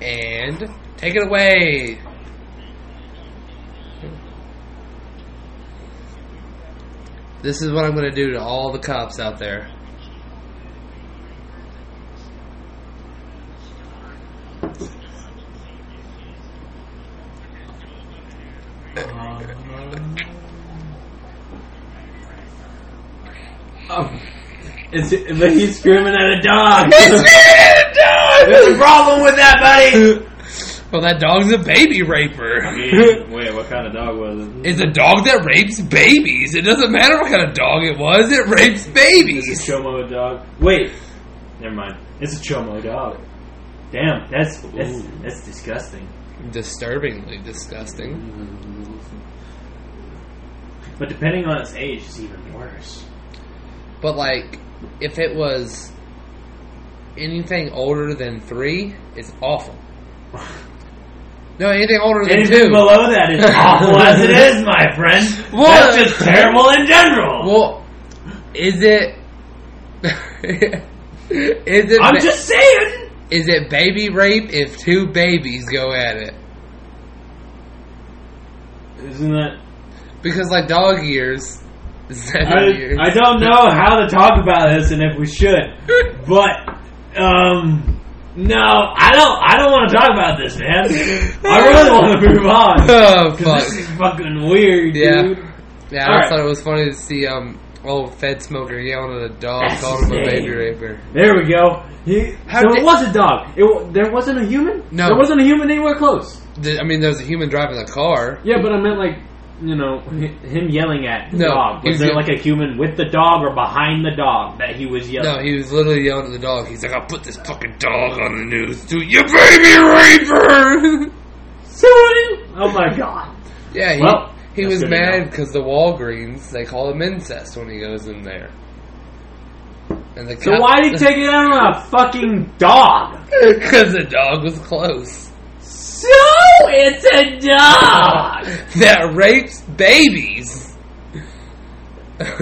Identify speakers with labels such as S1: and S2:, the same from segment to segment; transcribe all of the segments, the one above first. S1: And take it away. This is what I'm going to do to all the cops out there.
S2: Oh. It's, but he's screaming at a dog.
S1: There's
S2: There's a problem with that, buddy.
S1: Well, that dog's a baby
S2: I
S1: raper.
S2: mean, wait, what kind of dog was it?
S1: It's a dog that rapes babies. It doesn't matter what kind of dog it was, it rapes
S2: It's
S1: babies.
S2: a chomo dog. Wait, never mind. It's a chomo dog. Damn, that's that's,
S3: Ooh.
S2: that's disgusting.
S1: Disturbingly disgusting.
S2: But depending on its age, it's even worse.
S1: But, like, if it was anything older than three, it's awful. No, anything older than
S2: Anything
S1: two.
S2: below that is awful as it is, my friend.
S1: What?
S2: That's just terrible in general.
S1: well, is it. is it.
S2: I'm
S1: ba-
S2: just saying.
S1: Is it baby rape if two babies go at it?
S2: Isn't that?
S1: Because like dog years, seven years.
S2: I, I don't know how to talk about this and if we should, but um, no, I don't. I don't want to talk about this, man. I really want to move on.
S1: oh
S2: 'Cause
S1: fuck!
S2: This is fucking weird,
S1: Yeah.
S2: dude.
S1: Yeah, I
S2: Alright.
S1: thought it was funny to see um old Fed smoker yelling at a dog,
S2: That's
S1: calling him a
S2: his
S1: baby
S2: name.
S1: raper.
S2: There we go. He,
S1: How
S2: so
S1: did-
S2: it was a dog. It wa- there wasn't a human.
S1: No.
S2: there wasn't a human anywhere close.
S1: Th- I mean, there was a human driving the car.
S2: Yeah, but I meant like you know hi- him yelling at the
S1: No,
S2: dog.
S1: he
S2: Was
S1: was
S2: there
S1: yell-
S2: like a human with the dog or behind the dog that he was yelling?
S1: No, he was literally yelling at the dog. He's like, "I'll put this fucking dog on the news, dude. You baby raper!"
S2: Sorry. Oh my god.
S1: yeah, he,
S2: Well,
S1: he
S2: that's
S1: was
S2: good
S1: mad
S2: enough.
S1: because the Walgreens they call him incest when he goes in there. And the
S2: So
S1: cop-
S2: why did he take it out on a fucking dog?
S1: Because the dog was close.
S2: So it's a dog.
S1: That rapes babies.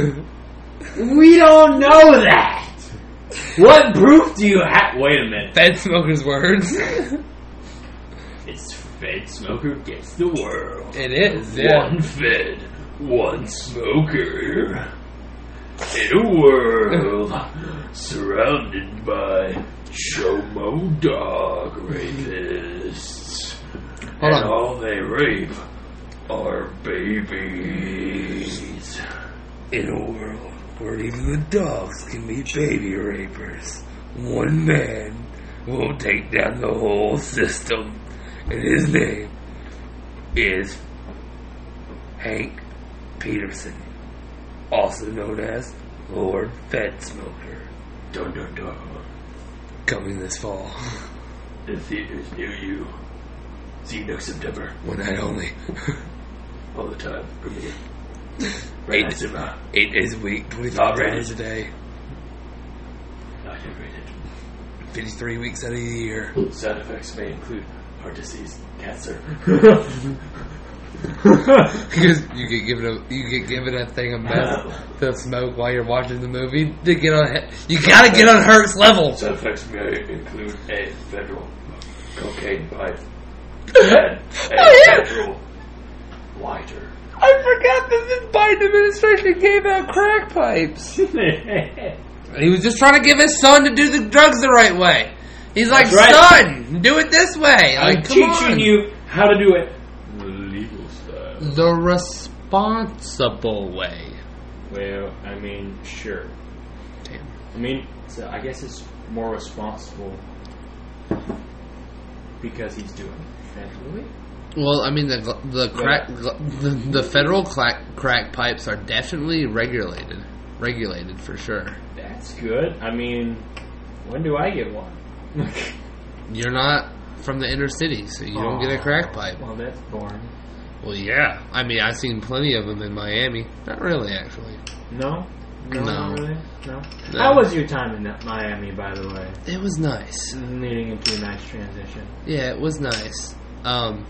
S2: We don't know that. What proof do you have? Wait a minute.
S1: Fed smoker's words.
S2: It's Fed Smoker gets the world.
S1: it is, yeah.
S2: One Fed, one smoker. In a world surrounded by chomo dog rapists.
S1: Hold on.
S2: and all they rape are babies.
S1: In a world where even the dogs can be baby rapers, one man will take down the whole system. And his name is Hank Peterson, also known as Lord Fed Smoker.
S2: Dun dun dun.
S1: Coming this fall,
S2: The theater's near you. See you next September.
S1: one night only,
S2: All the time. For me.
S1: Eight.
S2: Right, Zuma.
S1: eight days a week, 25 hours a day,
S2: Not rated.
S1: 53 weeks out of the year.
S2: Side effects may include heart disease, cancer.
S1: Because you get given a you get given a thing of meth to smoke while you're watching the movie to get on. You gotta get on Herc's level.
S2: Side effects may include a federal cocaine pipe
S1: oh
S2: and a
S1: yeah,
S2: federal lighter.
S1: I forgot that the Biden administration gave out crack pipes. He was just trying to give his son to do the drugs the right way. He's like,
S2: That's right.
S1: son, do it this way. Like,
S2: I'm
S1: come
S2: teaching
S1: on.
S2: you how to do it the legal style.
S1: the responsible way.
S2: Well, I mean, sure.
S1: Damn.
S2: I mean, so I guess it's more responsible because he's doing it federally.
S1: Well, I mean the gl- the crack gl- the, the federal crack, crack pipes are definitely regulated, regulated for sure.
S2: That's good. I mean, when do I get one?
S1: You're not from the inner city, so you don't get a crack pipe.
S2: Well, that's boring.
S1: Well, yeah. I mean, I've seen plenty of them in Miami. Not really, actually.
S2: No.
S1: No.
S2: No, not really. No.
S1: No.
S2: How was your time in Miami, by the way?
S1: It was nice.
S2: Leading into a nice transition.
S1: Yeah, it was nice. Um,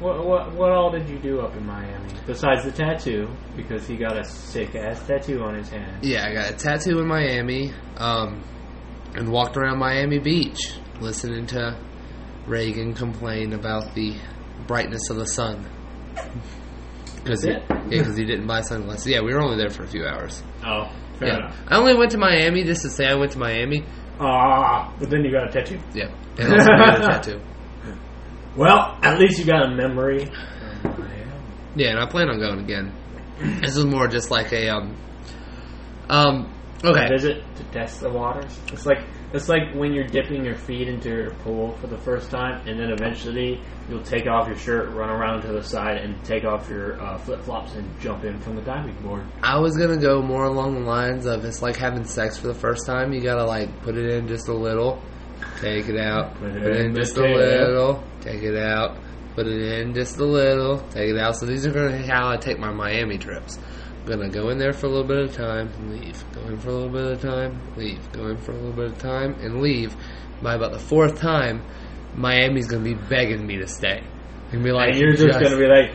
S2: What, what what all did you do up in Miami besides the tattoo? Because he got a sick ass tattoo on his hand.
S1: yeah, I got a tattoo in Miami. Um, and walked around Miami Beach listening to Reagan complain about the brightness of the sun. Because
S2: That's
S1: he,
S2: it?
S1: yeah, 'cause he didn't buy sunglasses. Yeah, we were only there for a few hours.
S2: Oh, fair
S1: yeah.
S2: enough.
S1: I only went to Miami just to say I went to Miami.
S2: Ah, but then you got a tattoo.
S1: Yeah. And also got a tattoo.
S2: Well, at least you got a memory.
S1: Yeah, and I plan on going again. This is more just like a um um okay.
S2: Visit to test the waters. It's like it's like when you're dipping your feet into your pool for the first time, and then eventually you'll take off your shirt, run around to the side, and take off your uh, flip flops and jump in from the diving board.
S1: I was gonna go more along the lines of it's like having sex for the first time. You gotta like put it in just a little, take it out, put it in just a
S2: take it out.
S1: little, take it out, put it in just a little, take it out. So these are gonna be how I take my Miami trips. I'm gonna go in there for a little bit of time, leave. Go in for a little bit of time, leave. Go in for a little bit of time and leave. By about the fourth time, Miami's gonna be begging me to stay. And be like,
S2: And you're just gonna be like,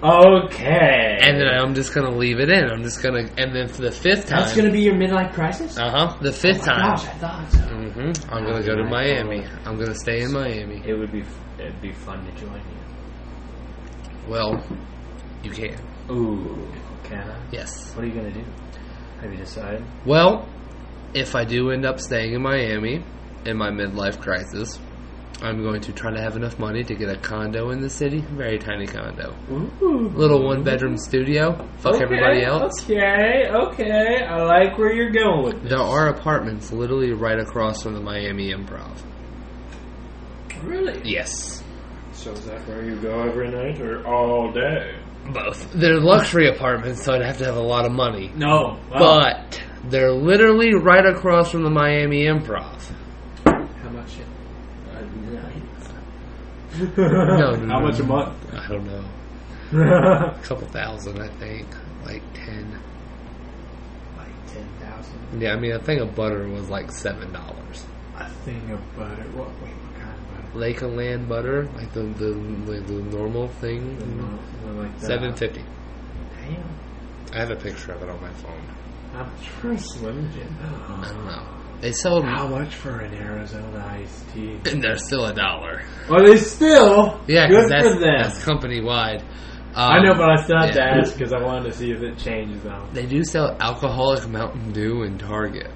S2: okay.
S1: and then I'm just gonna leave it in. I'm just gonna, and then for the fifth time,
S2: that's gonna be your midlife crisis.
S1: uh huh. The fifth time.
S2: Oh Gosh, I thought so.
S1: hmm I'm gonna go to Miami. I'm gonna stay in Miami.
S2: It would be it'd be fun to join you.
S1: Well, you can.
S2: Ooh, can I?
S1: Yes.
S2: What are you gonna do? Have you decided?
S1: Well, if I do end up staying in Miami in my midlife crisis, I'm going to try to have enough money to get a condo in the city. Very tiny condo.
S2: Ooh,
S1: Little one bedroom studio. Fuck everybody else.
S2: Okay, okay, I like where you're going with
S1: There are apartments literally right across from the Miami Improv.
S2: this. Really?
S1: Yes.
S2: So is that where you go every night or all day?
S1: Both. They're luxury apartments, so I'd have to have a lot of money.
S2: No, well,
S1: But they're literally right across from the Miami Improv.
S2: how much a night?
S1: No, no,
S2: how
S1: no,
S2: much a
S1: no.
S2: month?
S1: I don't know. A couple thousand, I think. Like ten.
S2: like ten thousand.
S1: Yeah, I mean, a thing of butter was like seven dollars.
S2: A thing of butter. What? Wait, what kind of butter?
S1: Lake and land butter, like the the, like the normal thing,
S2: Mm-hmm. Like the-
S1: seven fifty.
S2: Damn.
S1: I have a picture of it on my phone.
S2: How much for a Slim Jim?
S1: I don't know. They sold.
S2: How much for an Arizona iced tea?
S1: And they're still a dollar.
S2: Well, they still
S1: Yeah, 'cause
S2: good
S1: that's,
S2: for them.
S1: that's company wide.
S2: I know, but I still have
S1: Um, yeah.
S2: to ask because I wanted to see if it changes though.
S1: they do sell alcoholic Mountain Dew in Target.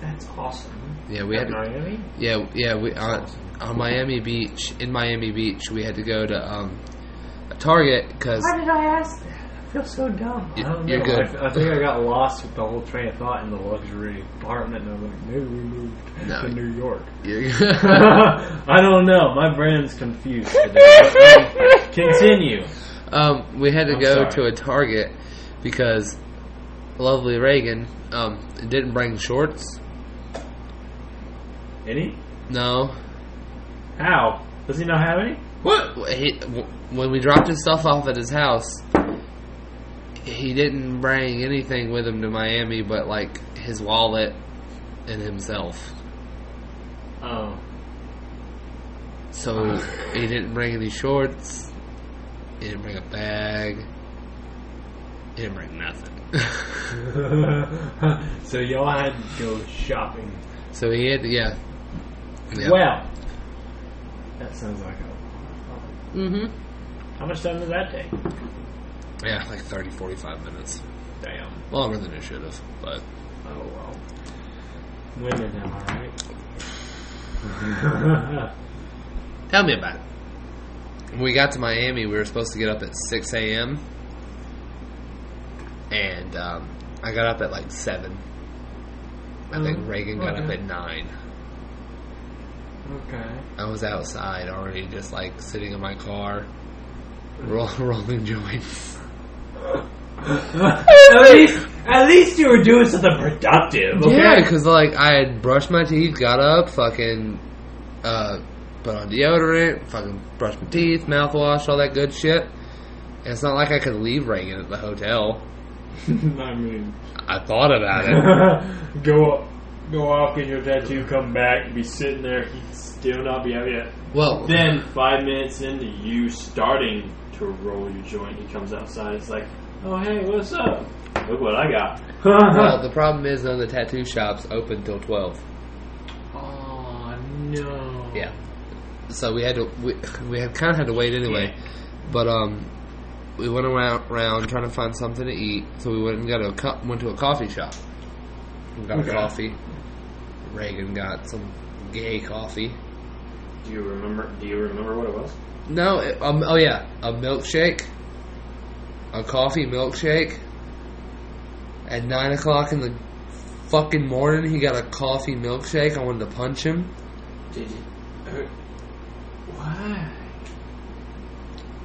S2: That's awesome.
S1: Yeah, we had to
S2: Miami.
S1: Yeah, yeah. We on, on Miami Beach in Miami Beach, we had to go to um, a Target because
S2: Why did I ask that? I feel so dumb.
S1: You-
S2: I don't know.
S1: you're good.
S2: I, f- I think I got lost with the whole train of thought in the luxury apartment, and I was like, maybe we moved
S1: No.
S2: to New York.
S1: yeah,
S2: I don't know. My brain's confused today. But, um, Continue.
S1: um, we had to
S2: I'm
S1: go
S2: sorry.
S1: to a Target because lovely Reagan um, didn't bring shorts.
S2: Any?
S1: No,
S2: How? Does he not have any?
S1: what he, w- when we dropped his stuff off at his house, he didn't bring anything with him to Miami but like his wallet and himself.
S2: Oh.
S1: So he didn't bring any shorts. He didn't bring a bag. He didn't bring nothing.
S2: so y'all had to go shopping.
S1: so he had to, yeah. yeah.
S2: Well, that sounds like a.
S1: Mm-hmm.
S2: How much time does that take?
S1: Yeah, like 30, 45 minutes.
S2: Damn.
S1: Longer than it should have, but.
S2: Oh well. Women, am I right?
S1: Tell me about it. When we got to Miami, we were supposed to get up at 6 a.m. And um, I got up at like 7. I
S2: Oh,
S1: think Reagan got up
S2: okay.
S1: at 9.
S2: okay.
S1: I was outside already, just like sitting in my car, roll, rolling joints.
S2: at least, at least you were doing something productive. Okay?
S1: Yeah, because like I had brushed my teeth, got up, fucking uh, put on deodorant, fucking brushed my teeth, mouthwash, all that good shit. And it's not like I could leave Reagan at the hotel.
S2: I mean,
S1: I thought about it.
S2: go up, go off, get your tattoo, come back, be sitting there, he'd still not be out yet.
S1: Well,
S2: Then five minutes into you starting to roll your joint, he comes outside. It's like, oh hey, what's up? Look what I got.
S1: well, the problem is though the tattoo shops open till twelve.
S2: oh no.
S1: Yeah, so we had to we, we had kind of had to wait anyway. But um, we went around, around trying to find something to eat. So we went and got a cup, went to a coffee shop. We got
S4: Okay.
S1: a coffee. Reagan got some gay coffee.
S2: Do you remember? Do you remember what it was?
S1: No, it, um, oh yeah, a milkshake, a coffee milkshake. At nine o'clock in the fucking morning, he got a coffee milkshake. I wanted to punch him.
S2: Did you? Uh, why?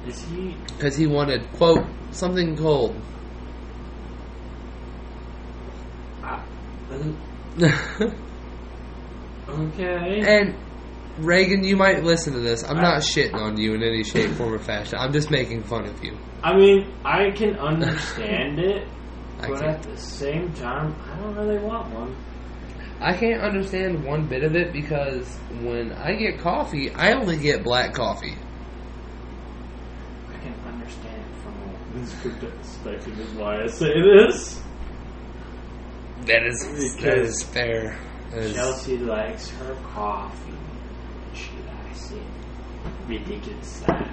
S2: Is he?
S1: because he wanted quote something cold.
S2: Uh,
S1: and Eh.
S2: okay.
S1: Reagan, you might listen to this. I'm not shitting on you in any shape, form, or fashion. I'm just making fun of you.
S2: I mean, I can understand it,
S1: I
S2: but
S1: can't,
S2: at the same time, I don't really want one.
S1: I can't understand one bit of it because when I get coffee, I only get black coffee.
S2: I can understand from a woman's perspective is why I say this.
S1: That is that
S2: Because-
S1: is fair. That is-
S2: Chelsea likes her coffee. She likes it ridiculous style.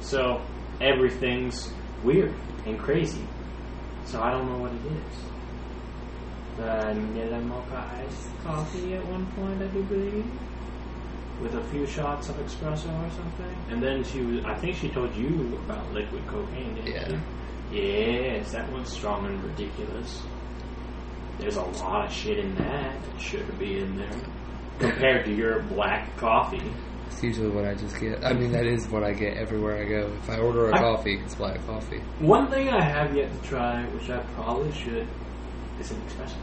S2: So everything's weird and crazy. So I don't know what it is. But I can get a mocha iced coffee at one point, I do believe, with a few shots of espresso or something. And then she was, I think she told you about liquid cocaine, didn't
S1: Yeah.
S2: she? Yes, that one's strong and ridiculous. There's a lot of shit in that that shouldn't be in there. Compared to your black coffee.
S1: That's usually what I just get. I mean, that is what I get everywhere I go. If I order a
S2: I-
S1: coffee, it's black coffee.
S2: One thing I have yet to try, which I probably should, is an espresso.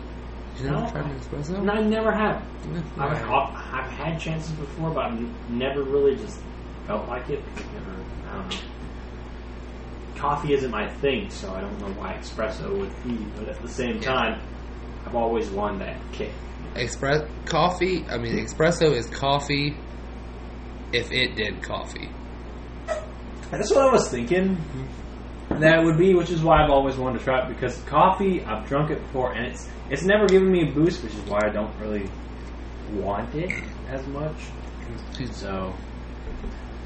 S1: You never
S2: No.
S1: tried an espresso?
S2: And I never have.
S1: No.
S2: I've, I've had chances before, but I've never really just felt like it. Never, I don't know. Coffee isn't my thing, so I don't know why espresso would be. But at the same time, I've always wanted that kick.
S1: Express coffee. I mean, espresso is coffee. If it did coffee,
S2: That's what I was thinking. That would be, which is why I've always wanted to try it because coffee. I've drunk it before, and it's it's never given me a boost, which is why I don't really want it as much. So,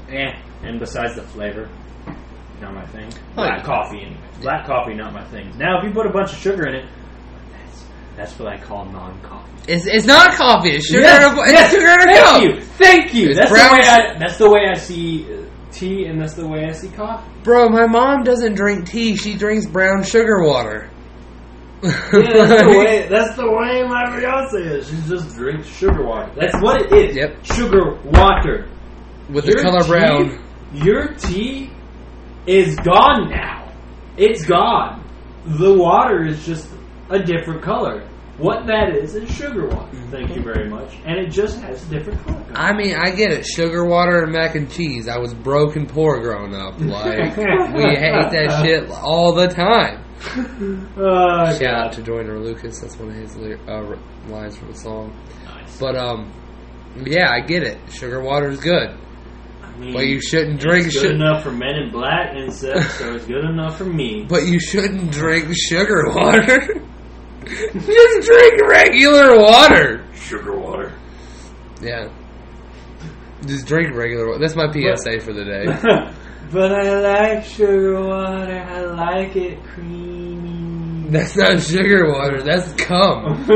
S2: eh. And besides the flavor, not my thing. Black
S1: yeah.
S2: coffee, anyway. Black coffee, not my thing. Now, if you put a bunch of sugar in it, that's that's what I call non-coffee.
S1: it's, it's not coffee. It's sugar.
S2: Yes,
S1: and a, it's
S2: yes,
S1: sugar and a
S2: Thank
S1: coke.
S2: you, thank you.
S1: It's
S2: That's
S1: brown
S2: the way I. That's the way I see uh, tea, and that's the way I see coffee.
S1: bro. My mom doesn't drink tea. She drinks brown sugar water.
S2: Yeah, that's the way. That's the way my fiance is. She just drinks sugar water. That's what it is.
S1: Yep.
S2: Sugar water.
S1: With the color
S2: tea,
S1: brown.
S2: Your tea is gone now. It's gone. The water is just a different color. What that is is sugar water. Mm-hmm. Thank you very much. And it just has a different color.
S1: I mean, I get it. Sugar water and mac and cheese. I was broke and poor growing up. Like we ate that shit all the time.
S2: Oh,
S1: Shout out to Joyner Lucas. That's one of his ly- uh, lines from the song.
S2: Nice.
S1: But um, yeah, I get it. Sugar water is good,
S2: I mean,
S1: but you shouldn't drink.
S2: it's good
S1: Su-
S2: enough for men in black and such, so it's good enough for me.
S1: but you shouldn't drink sugar water. Just drink regular water.
S2: Sugar water.
S1: Yeah. Just drink regular water. That's my PSA for the day.
S2: but I like sugar water. I like it creamy.
S1: That's not sugar water. That's cum.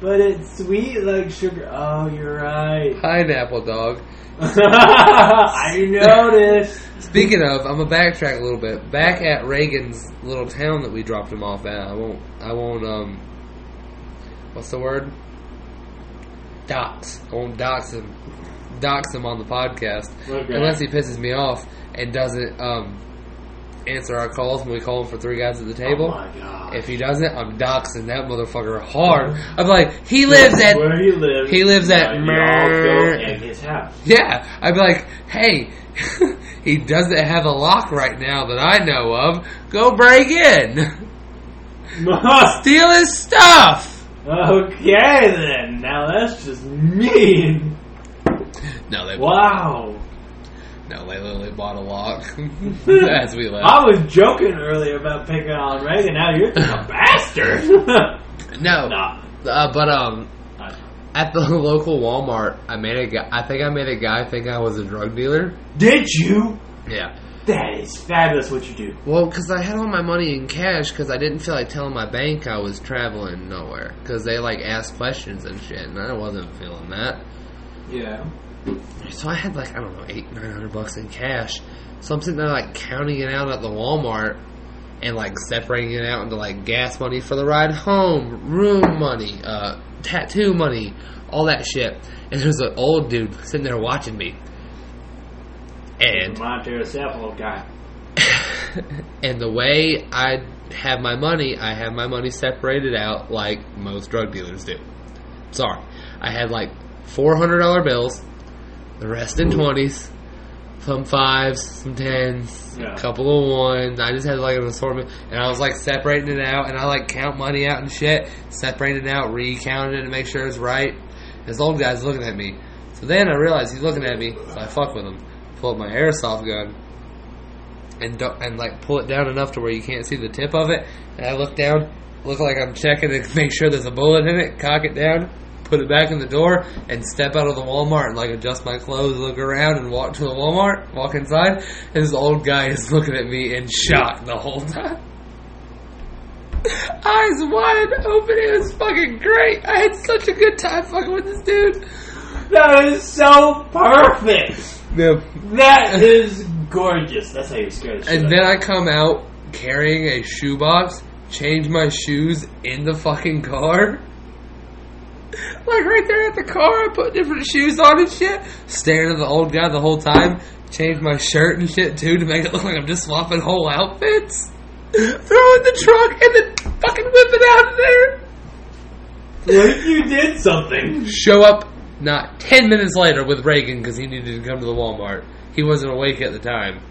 S2: but it's sweet like sugar. Oh, you're right.
S1: Pineapple dog.
S2: I noticed.
S1: Speaking of, I'm gonna backtrack a little bit. Back at Reagan's little town that we dropped him off at, I won't, I won't, um, what's the word? Dox. I won't dox him, dox him on the podcast
S2: Okay.
S1: unless he pisses me off and doesn't um answer our calls when we call him for three guys at the
S2: Oh
S1: table.
S2: my god.
S1: if he doesn't, I'm doxing that motherfucker hard. I'm like, he lives at
S2: where he lives.
S1: he lives at
S2: uh,
S1: Mer-
S2: y'all go at his house.
S1: yeah, I'd be like, hey, he doesn't have a lock right now that I know of. Go break in. Steal his stuff.
S2: okay then. Now that's just mean.
S1: No, they
S2: Wow.
S1: no, they literally bought a lock as we left.
S2: I was joking earlier about picking on Reagan. Now you're just a bastard.
S1: No,
S2: nah.
S1: uh, but um,
S2: I-
S1: At the local Walmart, I made a guy. I think I made a guy think I was a drug dealer.
S2: Did you?
S1: Yeah.
S2: That is fabulous what you do.
S1: Well, because I had all my money in cash because I didn't feel like telling my bank I was traveling nowhere because they like asked questions and shit, and I wasn't feeling that.
S2: Yeah.
S1: So I had like I don't know eight nine hundred bucks in cash. So I'm sitting there like counting it out at the Walmart and like separating it out into like gas money for the ride home, room money, uh, tattoo money, all that shit. And there's an old dude sitting there watching me. And
S2: Monitor yourself, old guy.
S1: and the way I have my money, I have my money separated out like most drug dealers do. Sorry. I had like $400 bills, the rest in 20s, some fives, some tens,
S2: Yeah.
S1: a couple of ones. I just had like an assortment. And I was like separating it out, and I like count money out and shit, separating it out, recounting it to make sure it's right. This old guy's looking at me. So then I realized he's looking at me, so I fuck with him. Pull up my airsoft gun and do- and like pull it down enough to where you can't see the tip of it. And I look down, look like I'm checking to make sure there's a bullet in it. Cock it down, put it back in the door, and step out of the Walmart and like adjust my clothes, look around, and walk to the Walmart, walk inside. And this old guy is looking at me in shock the whole time. Eyes wide open, it was fucking great. I had such a good time fucking with this dude.
S2: That is so perfect.
S1: Yeah,
S2: That is gorgeous. That's how you scare the shit
S1: And
S2: out
S1: then I come out carrying a shoebox, change my shoes in the fucking car. Like right there at the car, I put different shoes on and shit. Staring at the old guy the whole time. Change my shirt and shit too to make it look like I'm just swapping whole outfits. Throw it in the trunk and then fucking whip it out of there.
S2: of you. What if you did something?
S1: Show up not ten minutes later with Reagan because he needed to come to the Walmart. He wasn't awake at the time.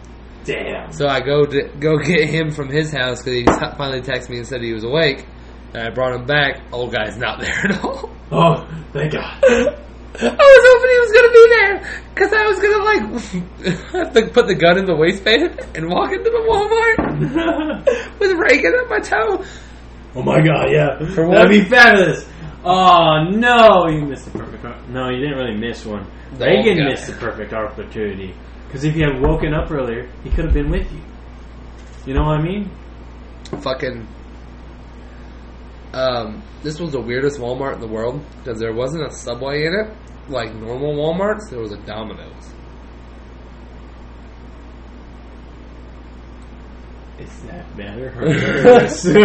S2: Damn.
S1: So I go to go get him from his house because he t- finally texted me and said he was awake. And I brought him back. Old guy's not there at all.
S2: Oh, thank God.
S1: I was hoping he was gonna be there because I was gonna like have to put the gun in the waistband and walk into the Walmart with Reagan at my toe.
S2: oh my God, yeah.
S1: For what?
S2: That'd be fabulous. Oh no, you missed the perfect. op- No, you didn't really miss one.
S1: The old
S2: Reagan
S1: guy.
S2: missed the perfect opportunity because if you had woken up earlier, he could have been with you. You know what I mean?
S1: Fucking. Um, this was the weirdest Walmart in the world because there wasn't a subway in it like normal WalMarts. There was a Domino's.
S2: Is that better or worse?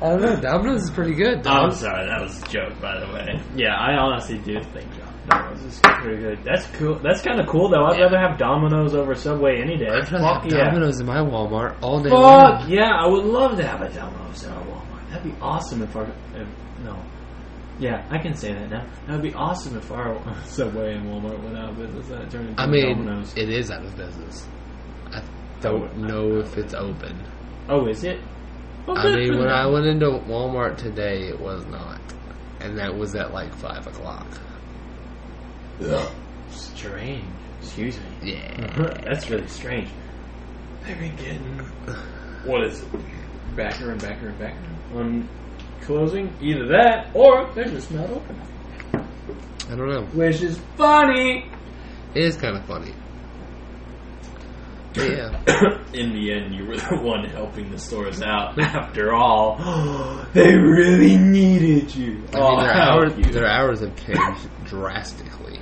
S2: I'm
S1: I don't know. Domino's is pretty good. dog.
S2: Oh, sorry, that was a joke, by the way. Yeah, I honestly do think John Domino's is pretty good. That's cool. That's kind of cool, though. I'd
S1: Yeah.
S2: rather have Domino's over Subway any day.
S1: I'd rather
S2: Fuck
S1: have
S2: yeah.
S1: Domino's in my Walmart all day long.
S2: Fuck yeah! I would love to have a Domino's at our Walmart. That'd be awesome if our if, no. Yeah, I can say that now. That'd be awesome if our Subway and Walmart went out of business. That turned into
S1: I mean,
S2: Domino's.
S1: it is out of business. I don't know if it's open.
S2: Oh, is it? Well,
S1: I
S2: good
S1: mean,
S2: for
S1: when
S2: them.
S1: I went into Walmart today, it was not, and that was at like five o'clock.
S2: strange. Excuse me.
S1: Yeah,
S2: That's really strange. They've been getting what is it? Backer and backer and backer on closing. Either that or they're just not open.
S1: I don't know.
S2: Which is funny.
S1: It is kind of funny. But yeah,
S2: In the end, you were the one helping the stores out. After all, they really needed you.
S1: I mean, their hours
S2: thank you.
S1: their hours have changed drastically.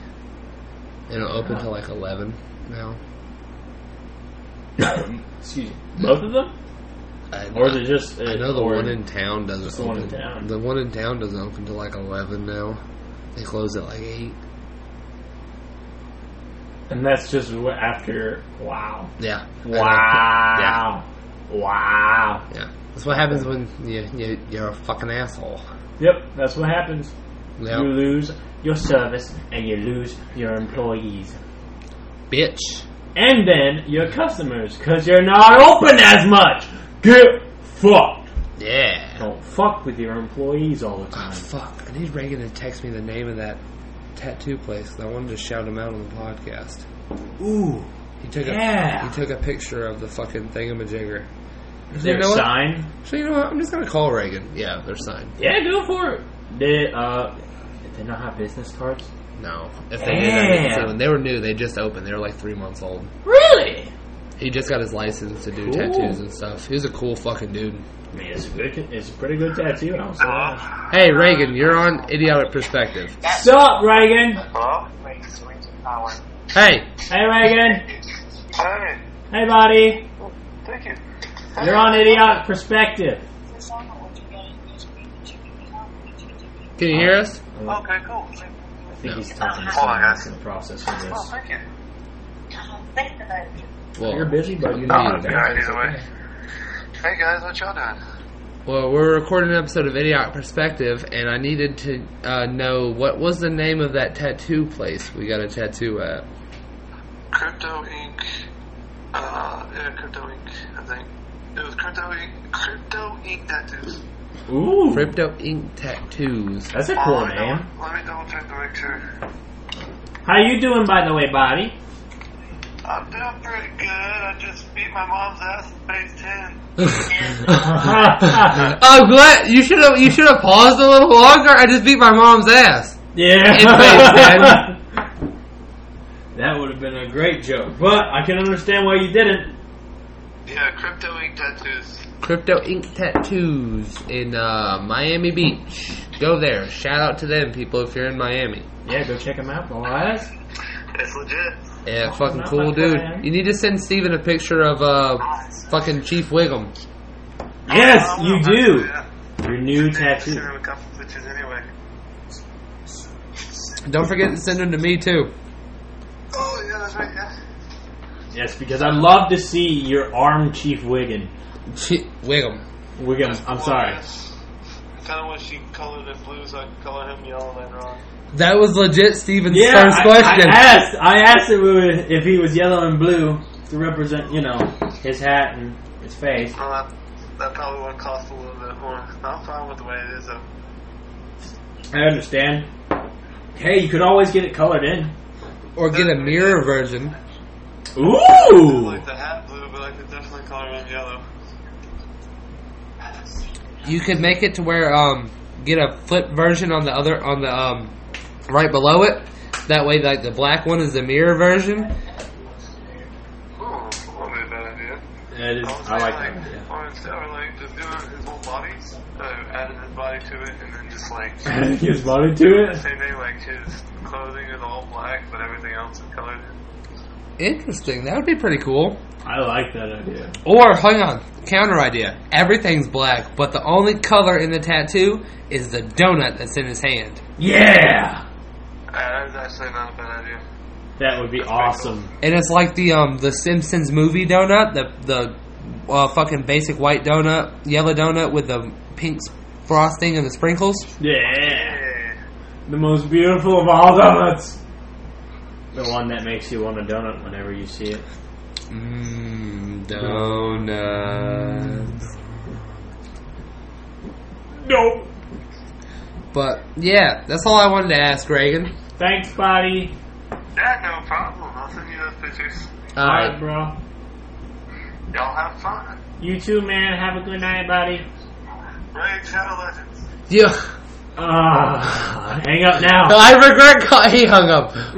S1: They don't open till like eleven now.
S2: Excuse me. Both of them,
S1: I-
S2: or they just?
S1: I know the one in town doesn't
S2: Just the one
S1: open.
S2: in town.
S1: The one in town doesn't open till like eleven now. They close at like eight.
S2: and that's just wh- after. Wow!
S1: Yeah. I know.
S2: Wow! Wow!
S1: Yeah. That's what happens when you, you you're a fucking asshole.
S2: Yep, that's what happens.
S1: Yeah.
S2: You lose your service and you lose your employees.
S1: Bitch.
S2: And then your customers, because you're not open as much. Get fucked.
S1: Yeah.
S2: Don't fuck with your employees all the
S1: Oh,
S2: time.
S1: fuck. I need Reagan to text me the name of that tattoo place 'cause I wanted to shout him out on the podcast.
S2: Ooh.
S1: He took a
S2: Yeah.
S1: he took a picture of the fucking thingamajigger.
S2: Is
S1: You
S2: there a
S1: know what?
S2: sign?
S1: So you know what? I'm just gonna call Reagan. Yeah, they're signed.
S2: Yeah, go for it. They uh, they not have business cards.
S1: No, if they did, I didn't
S2: Damn.
S1: see them. They were new. They just opened. They were like three months old.
S2: Really?
S1: He just got his license to do
S2: Cool.
S1: tattoos and stuff. He was a cool fucking dude.
S2: I mean, it's a good, it's a pretty good tattoo. I don't say that.
S1: Hey Reagan, you're on Idiotic Perspective.
S2: Sup, Reagan?
S5: Hello? Wait, sweet hour.
S1: Hey,
S2: Hey, Reagan.
S5: Hey,
S2: Hey, buddy.
S5: thank you.
S2: You're on idiotic perspective.
S1: can you hear us?
S2: Oh,
S5: Okay, cool. Thank-
S2: I think
S1: No.
S2: he's talking to
S5: Oh,
S2: someone
S5: I
S2: else in the process for
S5: Oh,
S2: this.
S5: thank you.
S1: Well,
S2: You're busy, but you
S5: Oh,
S2: need
S5: good
S2: that.
S5: either way. Hey guys, what y'all doing?
S1: Well, we're recording an episode of Idiotic Perspective, and I needed to uh, know what was the name of that tattoo place we got a tattoo at.
S5: Crypto Inc. Uh, yeah, Crypto Inc. I think it was Crypto Inc. Crypto Inc. Tattoos.
S2: Ooh,
S1: Crypto Ink Tattoos.
S2: that's a
S5: Oh,
S2: cool
S5: let me
S2: name.
S5: double- Let me double check the picture.
S2: How you doing, by the way, buddy?
S5: I'm doing pretty good. I just beat my mom's ass in phase ten.
S1: I'm Oh, glad you should have you should have paused a little longer. I just beat my mom's ass.
S2: yeah. that would have been a great joke, but I can understand why you didn't.
S5: Yeah, Crypto Inc. Tattoos.
S1: Crypto Ink Tattoos in uh, Miami Beach. Go there. Shout out to them, people, if you're in Miami.
S2: Yeah, go check him out, boys.
S5: It's legit.
S1: Yeah, fucking
S2: not
S1: cool,
S2: much
S1: dude.
S2: better.
S1: You need to send Steven a picture of uh, fucking Chief Wiggum.
S2: Yes,
S5: Oh,
S2: you
S5: actually,
S2: do.
S5: yeah.
S2: Your new
S5: Yeah, just send
S2: tattoo.
S5: him a couple pictures anyway.
S1: Don't forget to send them to me too.
S5: Oh yeah, that's right. Yeah.
S2: Yes, because I love to see your arm, Chief Wiggin.
S1: Chief Wiggum.
S2: Wiggum, I'm sorry.
S5: I kind of wish you colored it blue so I could color him yellow later on.
S1: That was legit Steven's
S2: Yeah,
S1: first
S2: I,
S1: question.
S2: I asked. I asked if, we would, if he was yellow and blue to represent, you know, his hat and his face.
S5: Well, that, that probably would cost a little bit more. I'm fine with the way it is though.
S2: I understand. Hey, you could always get it colored in.
S1: or get a mirror version.
S5: I
S2: Ooh.
S5: like the hat blue, but I could definitely color him yellow.
S1: You could make it to where um get a flip version on the other on the um right below it. That way like the black one is the mirror version.
S5: Oh, that'd be a bad idea.
S2: That is, I like that idea.
S5: Or instead, or like just do his whole body, uh, added his body to it, and then just like
S2: he was voted to it.
S5: same thing. Like his clothing is all black, but everything else is colored.
S1: Interesting. That would be pretty cool.
S2: I like that idea.
S1: Or hang on, counter idea. Everything's black, but the only color in the tattoo is the donut that's in his hand.
S2: Yeah,
S5: Uh, that's actually not a bad idea.
S2: that would be awesome.
S1: And it's like the um the Simpsons movie donut, the the uh, fucking basic white donut, yellow donut with the pink s- frosting and the sprinkles.
S2: Yeah,
S5: Yeah.
S2: the most beautiful of all donuts. The one that makes you want a donut whenever you see it.
S1: Mmm, donuts.
S2: Nope.
S1: But yeah, that's all I wanted to ask, Reagan.
S2: Thanks, buddy.
S5: Yeah, no problem. I'll send you those pictures.
S1: All right,
S2: bro.
S5: Y'all have fun.
S2: You too, man. Have a good night, buddy.
S5: Raid Shadow Legends.
S1: you.
S2: Ah, hang up now.
S1: I regret call- he hung up. I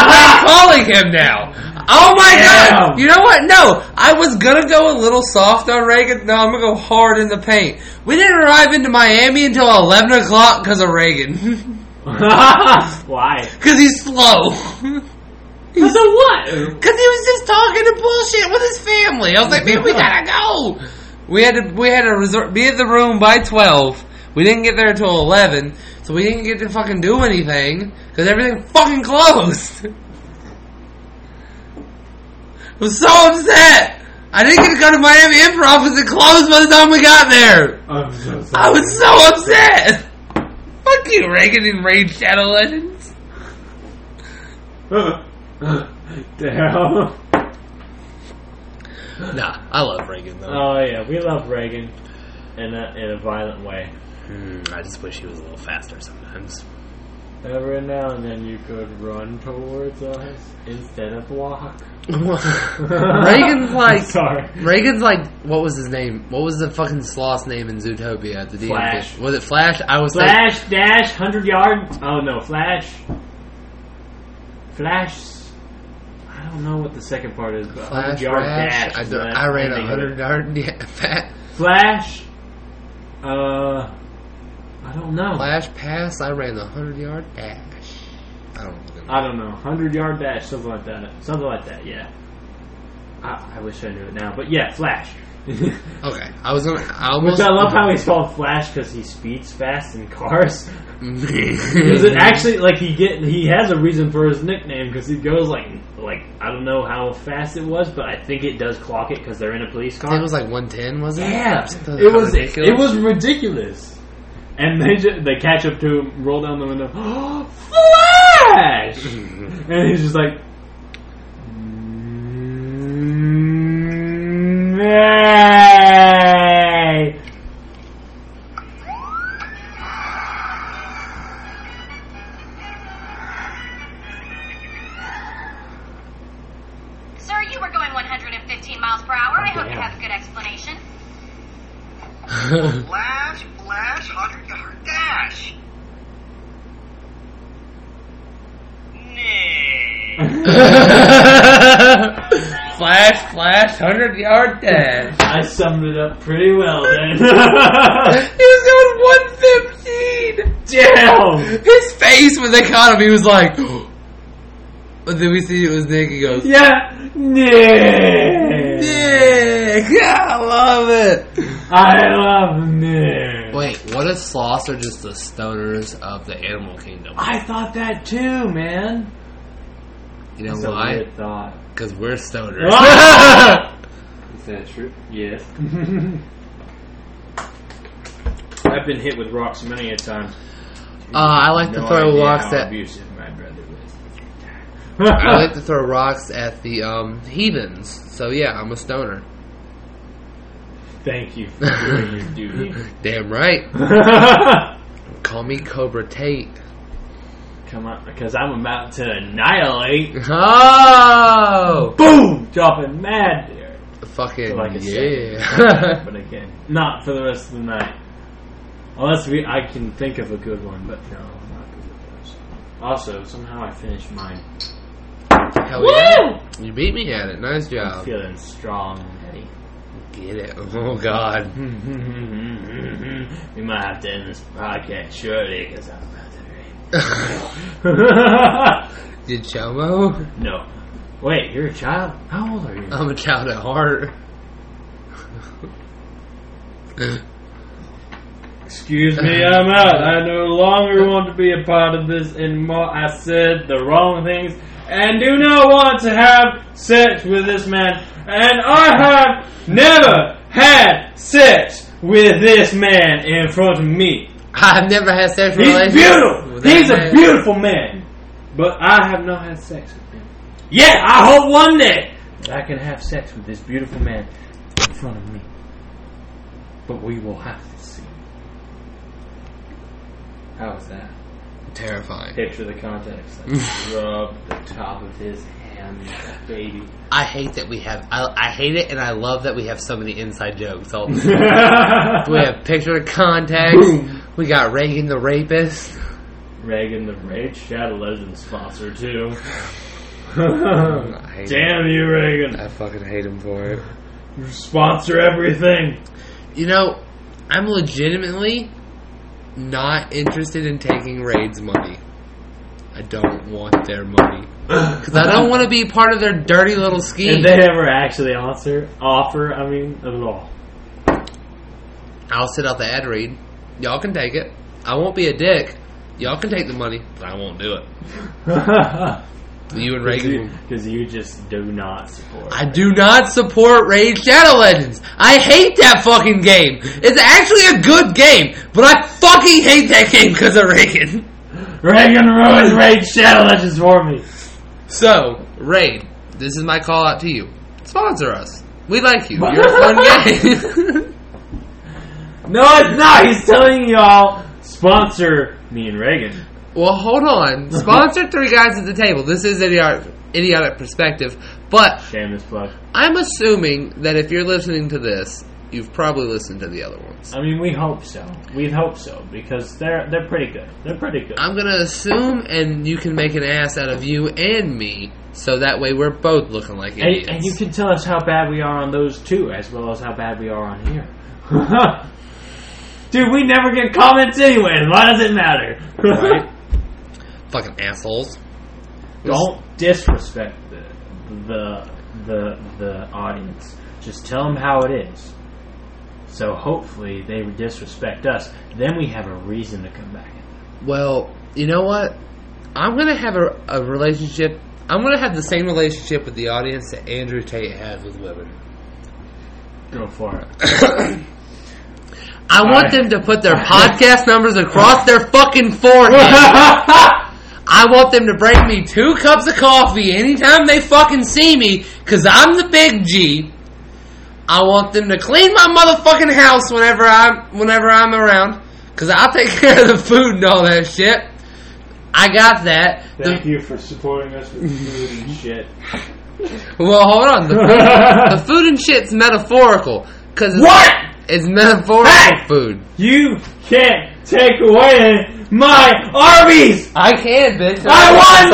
S1: regret calling him now. Oh my god!
S2: Damn.
S1: You know what? No, I was gonna go a little soft on Reagan. No, I'm gonna go hard in the paint. We didn't arrive into Miami until 11 o'clock because of Reagan.
S2: Why?
S1: Because he's slow.
S2: So what?
S1: Because he was just talking to bullshit with his family. I was like, man, we gotta go. We had to we had to resort, be at the room by twelve. We didn't get there till eleven, so we didn't get to fucking do anything because everything fucking closed. I was so upset. I didn't get to go to Miami Improv because it closed by the time we got there.
S2: I'm so sorry.
S1: I was so upset. Fuck you, Reagan and Rage Shadow Legends.
S2: Damn.
S1: Nah, I love Reagan though.
S2: Oh yeah, we love Reagan in a in a violent way.
S1: Oh. Hmm, I just wish he was a little faster sometimes.
S2: Every now and then you could run towards us instead of walk.
S1: Reagan's like
S2: sorry.
S1: Reagan's like what was his name? What was the fucking sloth's name in Zootopia? at The D&D?
S2: Flash.
S1: Was it Flash? I was like-
S2: Flash dash hundred yard. Oh no, flash. Flash. I don't know what the second part is, but
S1: Flash
S2: hundred yard
S1: Rash.
S2: dash.
S1: I,
S2: is
S1: do-
S2: the
S1: I ran a
S2: ending of
S1: hundred
S2: it.
S1: yard yeah, fat.
S2: Flash. Uh, I don't know.
S1: Flash pass. I ran a hundred yard dash. I don't fucking know.
S2: I don't know. Hundred yard dash, something like that. Something like that. Yeah. I, I wish I knew it now, but yeah, Flash. Which
S1: Okay, I was gonna. I almost.
S2: I love how he's called Flash because he speeds fast in cars. Because
S1: Is
S2: it actually like he get he has a reason for his nickname because he goes like like I don't know how fast it was, but I think it does clock it because they're in a police car.
S1: It was like one ten, wasn't it?
S2: yeah,
S1: Something
S2: it was
S1: ridiculous.
S2: it was ridiculous. And they ju- they catch up to him, roll down the window, flash, and he's just like. "Nay."
S6: Sir, you were going 115 miles per hour. I hope you
S2: Oh, Damn.
S6: have a good explanation.
S5: Flash, flash, 100 yard dash. Nay.
S1: flash, flash, hundred yard dash.
S2: I summed it up pretty well then.
S1: He was going one fifteen.
S2: Damn!
S1: His face when they caught him, he was like. but then we see it was Nick. He goes,
S2: Yeah, Nick.
S1: Nick, I love it.
S2: I love Nick.
S1: Wait, what if sloths are just the stoners of the animal kingdom?
S2: I thought that too, man.
S1: You know
S2: That's a
S1: why?
S2: weird thought.
S1: Because we're stoners.
S2: Ah!
S7: Is that true?
S2: Yes. I've been hit with rocks many a time.
S1: Uh, I like to
S2: No
S1: throw
S2: idea
S1: rocks
S2: how
S1: at.
S2: abusive my brother was.
S1: I like to throw rocks at the um, heathens. So yeah, I'm a stoner.
S2: Thank you for doing your duty.
S1: Damn right. Call me Cobra Tate.
S2: Come on, because I'm about to annihilate.
S1: Oh,
S2: Boom! Dropping mad there.
S1: fucking
S2: Like I said.
S1: yeah.
S2: but again, not for the rest of the night. Unless we, I can think of a good one, but no, I'm not good with those. Also, somehow I finished mine.
S1: Hell yeah! You beat me at it. Nice job.
S2: Feeling strong and heady.
S1: Get it? Oh god.
S2: we might have to end this podcast shortly because I'm about to rain.
S1: Did Chomo?
S2: no. Wait, you're a child? How old are you?
S1: I'm a child at heart.
S2: Excuse me, I'm out. I no longer want to be a part of this anymore. I said the wrong things and do not want to have sex with this man. And I have never had sex with this man in front of me.
S1: I've never had sexual
S2: He's
S1: relations.
S2: beautiful.
S1: with that
S2: He's a
S1: man.
S2: beautiful man. But I have not had sex with him. Yet, I hope one day that I can have sex with this beautiful man in front of me. But we will have to see. How is that?
S1: Terrifying.
S2: Picture the context. Like, rub the top of his hand, baby.
S1: I hate that we have. I, I hate it, and I love that we have so many inside jokes. All we have picture of contacts. We got Reagan the rapist.
S2: Reagan the Rage Shadow Legends sponsor too.
S1: I hate
S2: Damn you, Reagan.
S1: I fucking hate him for it.
S2: Sponsor everything.
S1: You know, I'm legitimately not interested in taking Raid's money. I don't want their money because I don't want to be part of their dirty little scheme.
S2: If they ever actually answer, offer, I mean, at all.
S1: I'll sit out the ad read. Y'all can take it. I won't be a dick. Y'all can take the money, but I won't do it. You and Reagan. will-
S2: Because you just do not support.
S1: I do not support Raid Shadow Legends. I hate that fucking game. It's actually a good game, but I fucking hate that game because of Reagan.
S2: Reagan ruins Raid Shadow Legends for me.
S1: So, Raid, this is my call out to you. Sponsor us. We like you. You're a fun game.
S2: No, it's not. He's telling y'all, sponsor me and Reagan.
S1: Well, hold on. Sponsor three guys at the table. This is idiotic, idiotic perspective, but
S2: Shameless plug.
S1: I'm assuming that if you're listening to this, you've probably listened to the other ones.
S2: I mean, we hope so. We hope so because they're they're pretty good. They're pretty good.
S1: I'm gonna assume, and you can make an ass out of you and me, so that way we're both looking like
S2: And,
S1: idiots.
S2: and you can tell us how bad we are on those too, as well as how bad we are on here. Dude, we never get comments anyway. Why does it matter?
S1: Right. Fucking assholes.
S2: Don't disrespect the, the the the audience. Just tell them how it is. So hopefully they disrespect us. Then we have a reason to come back.
S1: Well, you know what? I'm gonna have a, a relationship. I'm gonna have the same relationship with the audience that Andrew Tate has with women.
S2: Go for it.
S1: I want
S2: Alright.
S1: them to put their podcast numbers across their fucking forehead. I want them to bring me two cups of coffee anytime they fucking see me, cause I'm the big G. I want them to clean my motherfucking house whenever I'm whenever I'm around, cause I'll take care of the food and all that shit. I got that. The-
S7: Thank you for supporting us with food and shit.
S1: Well, hold on. The food, the food and shit's metaphorical. Cause it's,
S2: What?
S1: It's metaphorical
S2: Hey!
S1: food.
S2: You can't take away my Arby's.
S1: I can, bitch.
S2: I want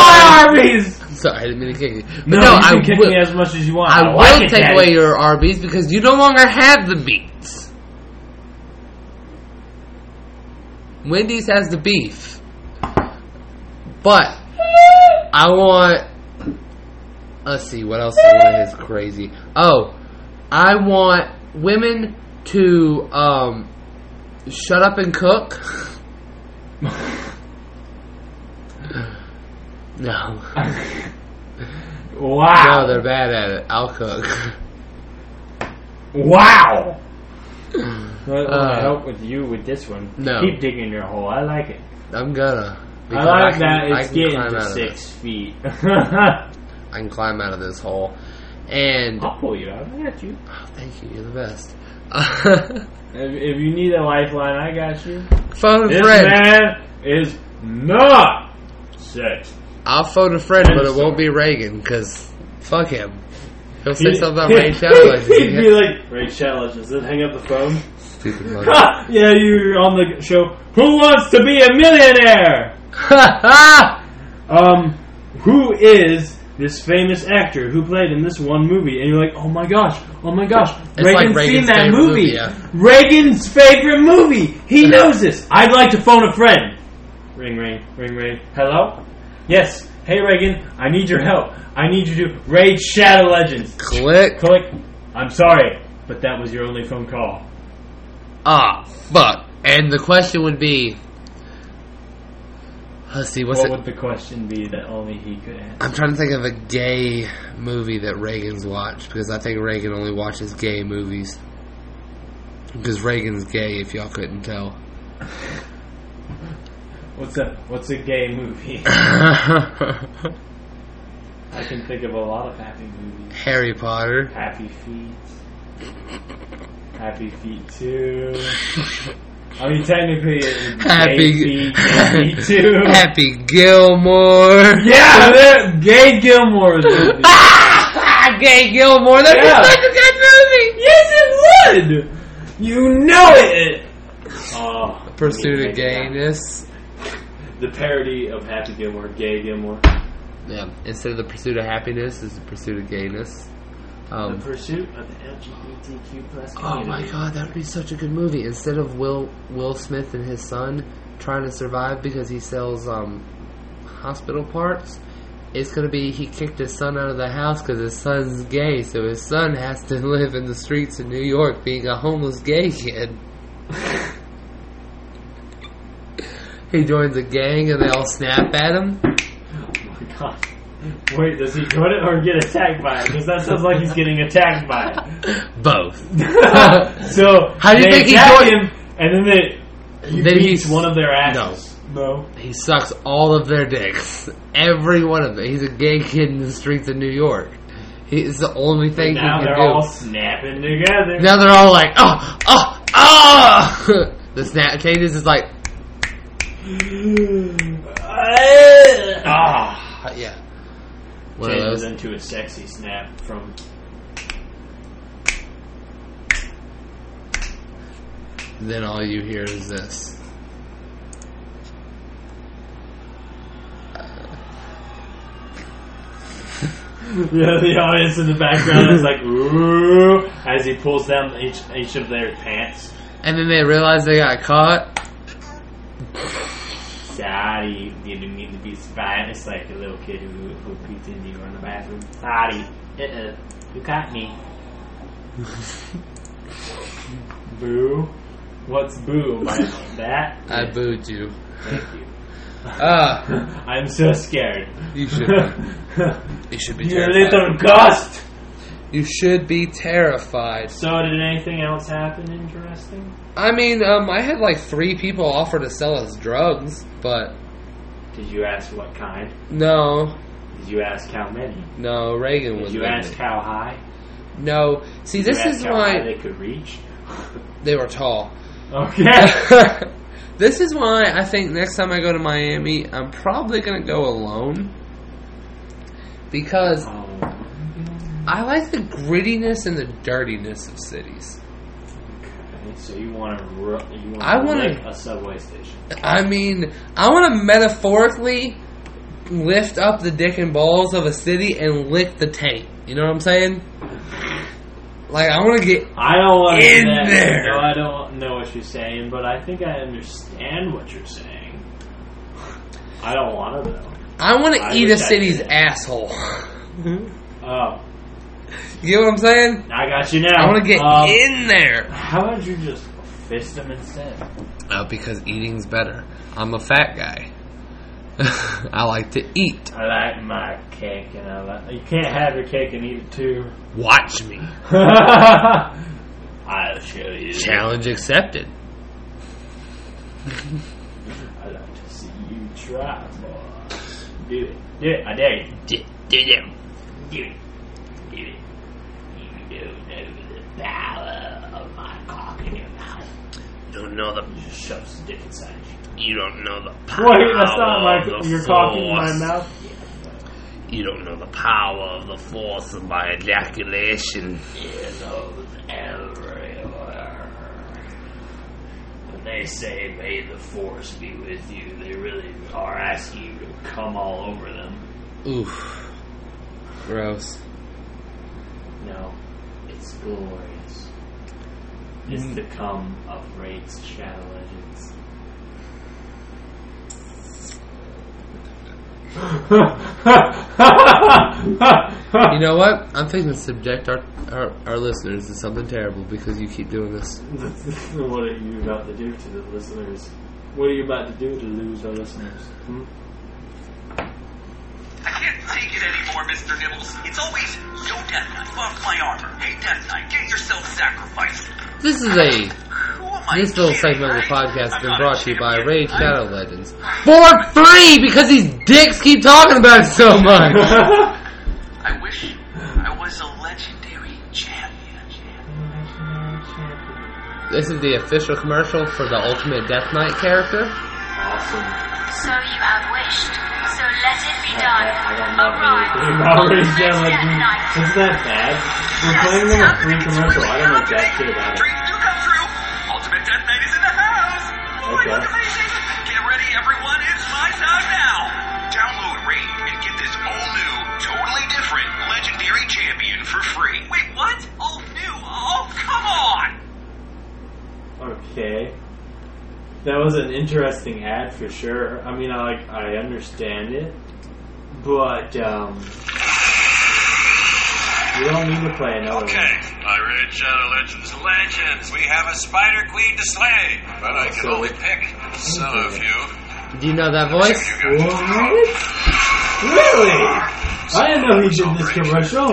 S2: my Arby's.
S1: Sorry, I didn't mean to kick you. But
S2: No,
S1: no,
S2: you
S1: I
S2: can kick
S1: will,
S2: me as much as you want.
S1: I
S2: I
S1: will
S2: like it,
S1: take
S2: Daddy.
S1: away your Arby's because you no longer have the beets. Wendy's has the beef, but I want. Let's see what else is one of his crazy. Oh, I want women to um, shut up and cook. no. No,
S2: Wow!
S1: they're bad at it. I'll cook.
S2: wow! Well,
S1: Uh,
S2: I help with you with this one.
S1: no.
S2: Keep digging your hole. I like it.
S1: I'm gonna.
S2: I
S1: Because
S2: like
S1: can-
S2: that
S1: I
S2: it's
S1: can
S2: getting
S1: climb
S2: to
S1: out of
S2: six
S1: this.
S2: feet.
S1: I can climb out of this hole. And
S2: I'll pull you out. I got you.
S1: oh, thank you, you're the best.
S2: If, if you need a lifeline, I got you.
S1: phone a
S2: This
S1: friend.
S2: man is not sex.
S1: I'll phone a friend, but it
S2: Dinosaur.
S1: won't be Reagan because fuck him. He'll say
S2: He-
S1: something about Ray Challenge.
S2: He'd be like, Ray Challenges, and hang up the phone.
S1: Stupid mother.
S2: Ha! yeah, you're on the show. Who wants to be a millionaire?
S1: Ah!
S2: um, who is this famous actor who played in this one movie? And you're like, oh my gosh, oh my gosh,
S1: It's like
S2: Reagan's
S1: Reagan's
S2: seen that
S1: favorite
S2: movie.
S1: movie, yeah.
S2: Reagan's favorite movie. He knows this. I'd like to phone a friend. Ring, ring, ring, ring. Hello? Yes. Hey, Reagan, I need your help. I need you to raid Shadow Legends.
S1: Click.
S2: Click. I'm sorry, but that was your only phone call.
S1: Ah, fuck. And the question would be. Let's see, what's
S2: what
S1: it?
S2: would the question be that only he could answer?
S1: I'm trying to think of a gay movie that Reagan's watched because I think Reagan only watches gay movies. Because Reagan's gay, if y'all couldn't tell.
S2: What's a what's a gay movie?
S1: Harry
S2: I can think of a lot of happy movies.
S1: Potter.
S2: Happy Feet. Happy Feet Two. I mean, technically, it would be Gay
S1: Happy,
S2: Feet, Gay Feet Two.
S1: Happy Gilmore.
S2: Yeah, they're- Gay Gilmore's movie.
S1: Ah, gay Gilmore. That
S2: Yeah.
S1: was such a good movie.
S2: yes, it would. You know it.
S7: Oh,
S1: Pursuit
S7: we
S1: of
S7: need to make it
S1: gayness.
S7: out. The parody of Happy Gilmore, Gay Gilmore.
S1: Yeah. Instead of the pursuit of happiness, it's the pursuit of gayness.
S7: The
S1: Um,
S7: pursuit of the LGBTQ plus
S1: Oh my god, that would be such a good movie. Instead of Will Will Smith and his son trying to survive because he sells um, hospital parts, it's gonna be he kicked his son out of the house because his son's gay, so his son has to live in the streets of New York being a homeless gay kid. he joins a gang and they all snap at him.
S7: Oh my god.
S2: Wait, does he go to or get attacked by it? Because that sounds like he's getting attacked by it.
S1: Both.
S2: so
S1: How do you
S2: they
S1: think he
S2: attack
S1: joined-
S2: him? And then they he
S1: Then
S2: beats
S1: he's-
S2: one of their asses. No,
S1: He sucks all of their dicks. Every one of them. He's a gay kid in the streets of New York. He's the only thing he
S2: now
S1: can
S2: they're
S1: do.
S2: all snapping together.
S1: Now they're all like, oh, oh, oh! the snap changes is like,
S2: Ah,
S1: hot, yeah. One of
S2: Changes
S1: those.
S2: into a sexy snap from
S1: Then all you hear is this.
S2: Yeah, the audience in the background is like, ooh, as he pulls down each, each of their pants.
S1: And then they realize they got caught.
S2: Sorry, you didn't mean to be spying. It's like a little kid who, who peeked into you in the bathroom. Sorry, uh-uh, you caught me. boo. What's boo about that?
S1: I booed you.
S2: Thank you.
S1: Ah,
S2: I'm so scared.
S1: you should.
S2: you
S1: You should be
S2: little
S1: terrified.
S2: ghost!
S1: You should be terrified.
S2: So, did anything else happen interesting?
S1: I mean, um, I had like three people offer to sell us drugs, but
S2: Did you ask what kind?
S1: no,
S2: Did you ask how many?
S1: no. Reagan
S2: Did
S1: was.
S2: you
S1: with
S2: ask
S1: me.
S2: how high?
S1: No. See,
S2: Did
S1: this
S2: you ask
S1: is
S2: how high
S1: why
S2: they could reach.
S1: they were tall.
S2: Okay.
S1: this is why I think next time I go to Miami, I'm probably gonna go alone because
S2: Um,
S1: I like the grittiness and the dirtiness of cities.
S2: okay. So you want to? You want
S1: I
S2: to
S1: wanna-
S2: a subway station?
S1: I mean, I want to metaphorically lift up the dick and balls of a city and lick the taint. You know what I'm saying? Like, I want to get.
S2: I don't want
S1: In there.
S2: No, I don't know what you're saying, but I think I understand what you're saying. I don't want to though.
S1: I want
S2: I
S1: to eat a
S2: wish I
S1: city's
S2: did.
S1: asshole.
S2: Oh,
S1: you know what I'm saying?
S2: I got you now.
S1: I want to get
S2: Um,
S1: in there.
S2: How about you just fist him instead?
S1: Uh, because eating's better. I'm a fat guy. I like to eat.
S2: I like my cake, and I like. You can't have your cake and eat it too.
S1: Watch me.
S2: I'll show you.
S1: Challenge accepted.
S2: I like to see you try, boy. Do it. Do it. I dare you.
S1: D- d- d-
S2: Do it. Do it. You don't know the power of my cock in your mouth.
S1: Don't know the.
S2: It just shoves the dick inside you.
S1: You don't know the power.
S2: Wait, that's not my.
S1: of the
S2: You're cocking my
S1: force.
S2: mouth?
S1: You don't know the power of the force of my ejaculation.
S2: It goes everywhere. When they say, may the force be with you, they really are asking you to come all over them.
S1: Oof. Gross.
S2: No, it's glorious. It's the come of Raid's Shadow Legends.
S1: You know what? I'm thinking to subject our, our, our listeners to something terrible because you keep doing this.
S2: what are you about to do to the listeners? What are you about to do to lose our listeners? Hmm?
S8: I can't take it anymore, Mr. Nibbles. It's always, yo, Death Knight, love my armor. Hey, Death Knight, get yourself sacrificed.
S1: This is a
S8: Who am I
S1: this little
S8: kidding,
S1: segment of the
S8: right?
S1: podcast has
S8: I'm
S1: been
S8: not a
S1: brought to you by
S8: champion.
S1: Rage
S8: I'm-
S1: Shadow Legends. For free because these dicks keep talking about it so
S2: Hmm?
S1: much.
S8: I wish I was a legendary champion.
S1: This is the official commercial for the Ultimate Death Knight character.
S2: awesome.
S6: So you have wished. So let it be done.
S2: I don't know
S6: Arrive.
S2: anything about Raid's Shadow Legends. Isn't that bad? We're playing them a free commercial. I don't know jack shit about it.
S8: Dreams do come true. Ultimate Death Knight is in the house. Oh my
S2: Okay.
S8: God, amazing. Get ready, everyone. It's my time now. Download Raid and get this all new, totally different legendary champion for free. Wait, what? All new? Oh, come on.
S2: Okay. That was an interesting ad for sure. I mean, I like I understand it, but um, you don't need to play another
S5: Okay, my Red Shadow Legends legends. We have a Spider Queen to slay, but I can
S2: So-
S5: only pick some of you.
S1: Do you know that voice?
S5: You
S2: one.
S5: got
S2: What? Really? I didn't know he did this commercial.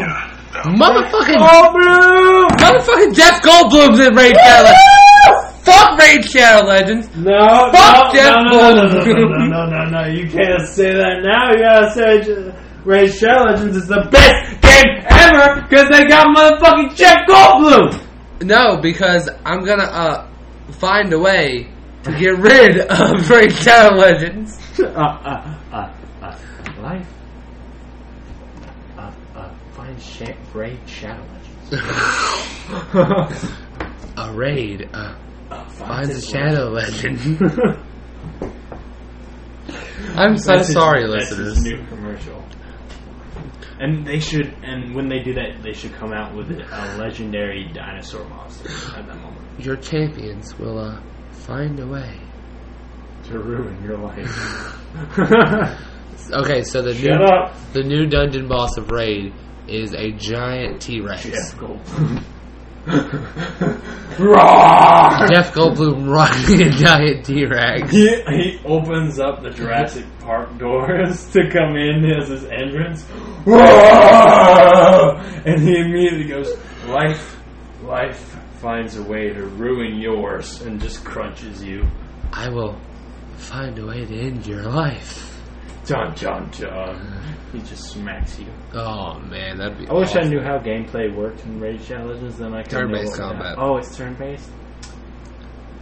S1: Motherfucking
S2: Oh, bro!
S1: motherfucking Jeff Goldblum's in Rage Shadow Legends. Fuck Rage Shadow Legends.
S2: No,
S1: Fuck
S2: no,
S1: Jeff
S2: no, no, no, no, no,
S1: Goldblum.
S2: no, no, no, no, You can't say that now. You gotta say J- Raid Shadow Legends is the best game ever because they got motherfucking Jeff Goldblum.
S1: No, because I'm gonna uh, find a way to get rid of Rage Shadow Legends.
S2: uh, uh, uh, uh, life uh, uh, find Sha- Raid Shadow Legends.
S1: A raid. Uh,
S7: Uh,
S1: finds a
S7: this
S1: shadow legend. I'm so
S2: That's his-
S1: sorry,
S2: that's his
S1: listeners.
S2: new commercial. And they should, and when they do that, they should come out with a legendary dinosaur monster at that moment
S1: Your champions will uh, find a way.
S2: to ruin your life.
S1: Okay, so the
S7: Shut
S1: new
S7: up.
S1: the new dungeon boss of raid is a giant T Rex.
S2: Jeff
S1: Jeff Goldblum rocking a giant T Rex.
S2: He, he opens up the Jurassic Park doors to come in as his entrance. And he immediately goes, Life, life finds a way to ruin yours and just crunches you.
S1: I will find a way to end your life.
S2: John, John, John. He just smacks you.
S1: Oh man, that'd be.
S2: I wish I
S1: awesome.
S2: knew how gameplay worked in Raid Shadow Legends, then I could
S1: Turn-based
S2: know what would
S1: combat.
S2: happen. Oh, it's turn based?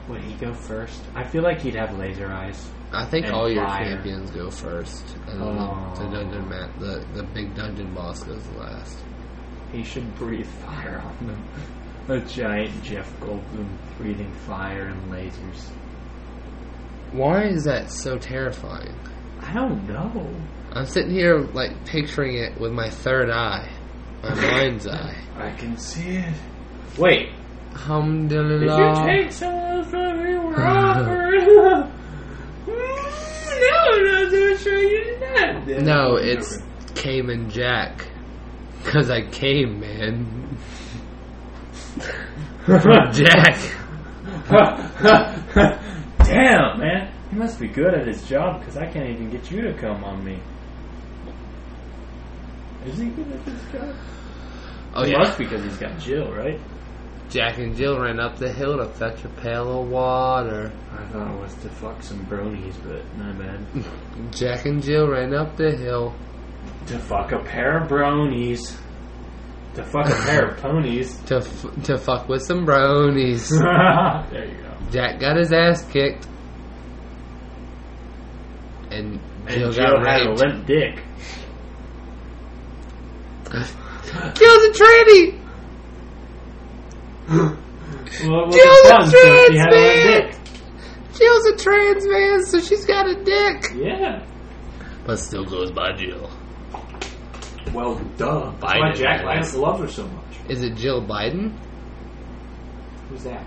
S2: Would he go first? I feel like he'd have laser eyes.
S1: I think
S2: and
S1: all your
S2: fire.
S1: champions go first, and then
S2: Oh.
S1: the, the dungeon ma the the big dungeon boss goes last.
S2: He should breathe fire on them. A giant Jeff Goldblum breathing fire and lasers.
S1: Why is that so terrifying?
S2: I don't know.
S1: I'm sitting here like picturing it with my third eye, my mind's eye.
S2: I can see it. Wait, did
S1: Alhamdulillah.
S2: you take someone from me were offered? Mm, no, no, don't show you that.
S1: no, it's Cayman Jack. Cause I came, man. Jack.
S2: Damn, man. He must be good at his job because I can't even get you to come on me. Is he good at his job?
S1: Oh
S2: he
S1: yeah.
S2: must because he's got Jill, right?
S1: Jack and Jill ran up the hill to fetch a pail of water.
S2: I thought it was to fuck some bronies, but my bad.
S1: Jack and Jill ran up the hill.
S2: to fuck a pair of bronies. To fuck a pair of ponies.
S1: to f- to fuck with some bronies.
S2: there you go.
S1: Jack got his ass kicked, and Jill
S2: And Jill
S1: got
S2: had a
S1: raped.
S2: limp dick.
S1: Kill the tranny!
S2: Well, it
S1: Jill
S2: wasn't
S1: the
S2: fun, so she had a
S1: trans
S2: limp dick.
S1: Jill's a trans man, so she's got a dick,
S2: Yeah.
S1: but still goes by Jill.
S7: Well, duh. That's why
S1: Biden,
S7: Jack
S1: man.
S7: Lance loved her so much.
S1: Is it Jill Biden,
S7: Who's that?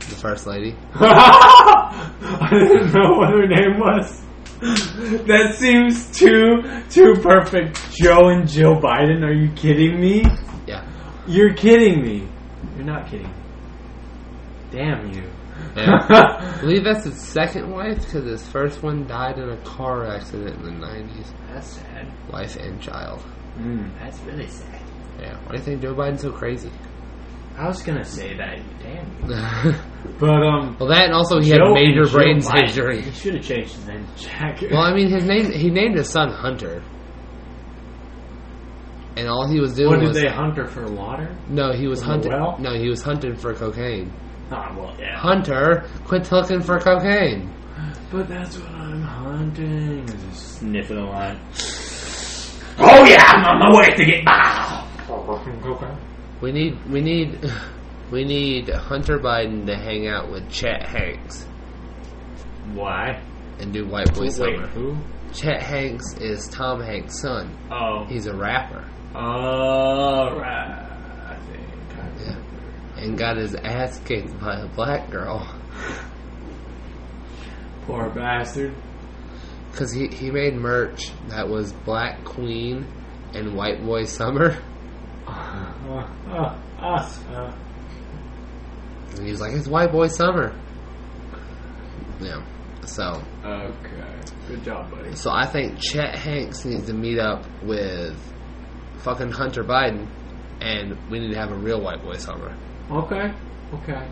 S1: the first lady?
S2: I didn't know what her name was. That seems too too perfect. Joe and Jill Biden. Are you kidding me?
S1: Yeah.
S2: You're kidding me. You're not kidding. Damn you.
S1: Yeah. I believe that's his second wife because his first one died in a car accident in the 90s.
S2: That's sad.
S1: Wife and child.
S2: Mm, that's really sad.
S1: Yeah. Why do you think Joe Biden's so crazy?
S2: I was gonna say that. Damn you.
S1: well,
S2: But um.
S1: that and also he had
S2: Joe
S1: major
S2: and Jill
S1: brain
S2: Biden.
S1: surgery.
S2: He should have changed his name to Jack.
S1: Well, I mean, his name he named his son Hunter, and all he was doing
S2: what did
S1: was
S2: they hunt her for water?
S1: no, he was
S2: From the
S1: hunting.
S2: well?
S1: No, he was hunting for cocaine.
S2: Ah, well, yeah.
S1: Hunter, quit looking for cocaine.
S2: But that's what I'm hunting. Just sniffing a line.
S7: Oh yeah, I'm on my way to get by.
S2: Ah!
S1: We need, we need, we need Hunter Biden to hang out with Chet Hanks
S2: Why?
S1: and do White Boy
S2: Wait,
S1: Summer.
S2: who?
S1: Chet Hanks is Tom Hanks' son.
S2: Oh.
S1: He's a rapper
S2: Alright. I think. I
S1: Yeah. and got his ass kicked by a black girl.
S2: Poor bastard.
S1: Because he, he made merch that was Black Queen and White Boy Summer.
S2: Uh, uh, uh, uh.
S1: And he was like, it's White Boy Summer. Yeah. So,
S2: Okay. Good job, buddy.
S1: so I think Chet Hanks needs to meet up with fucking Hunter Biden, and we need to have a real White Boy Summer.
S2: Okay. Okay.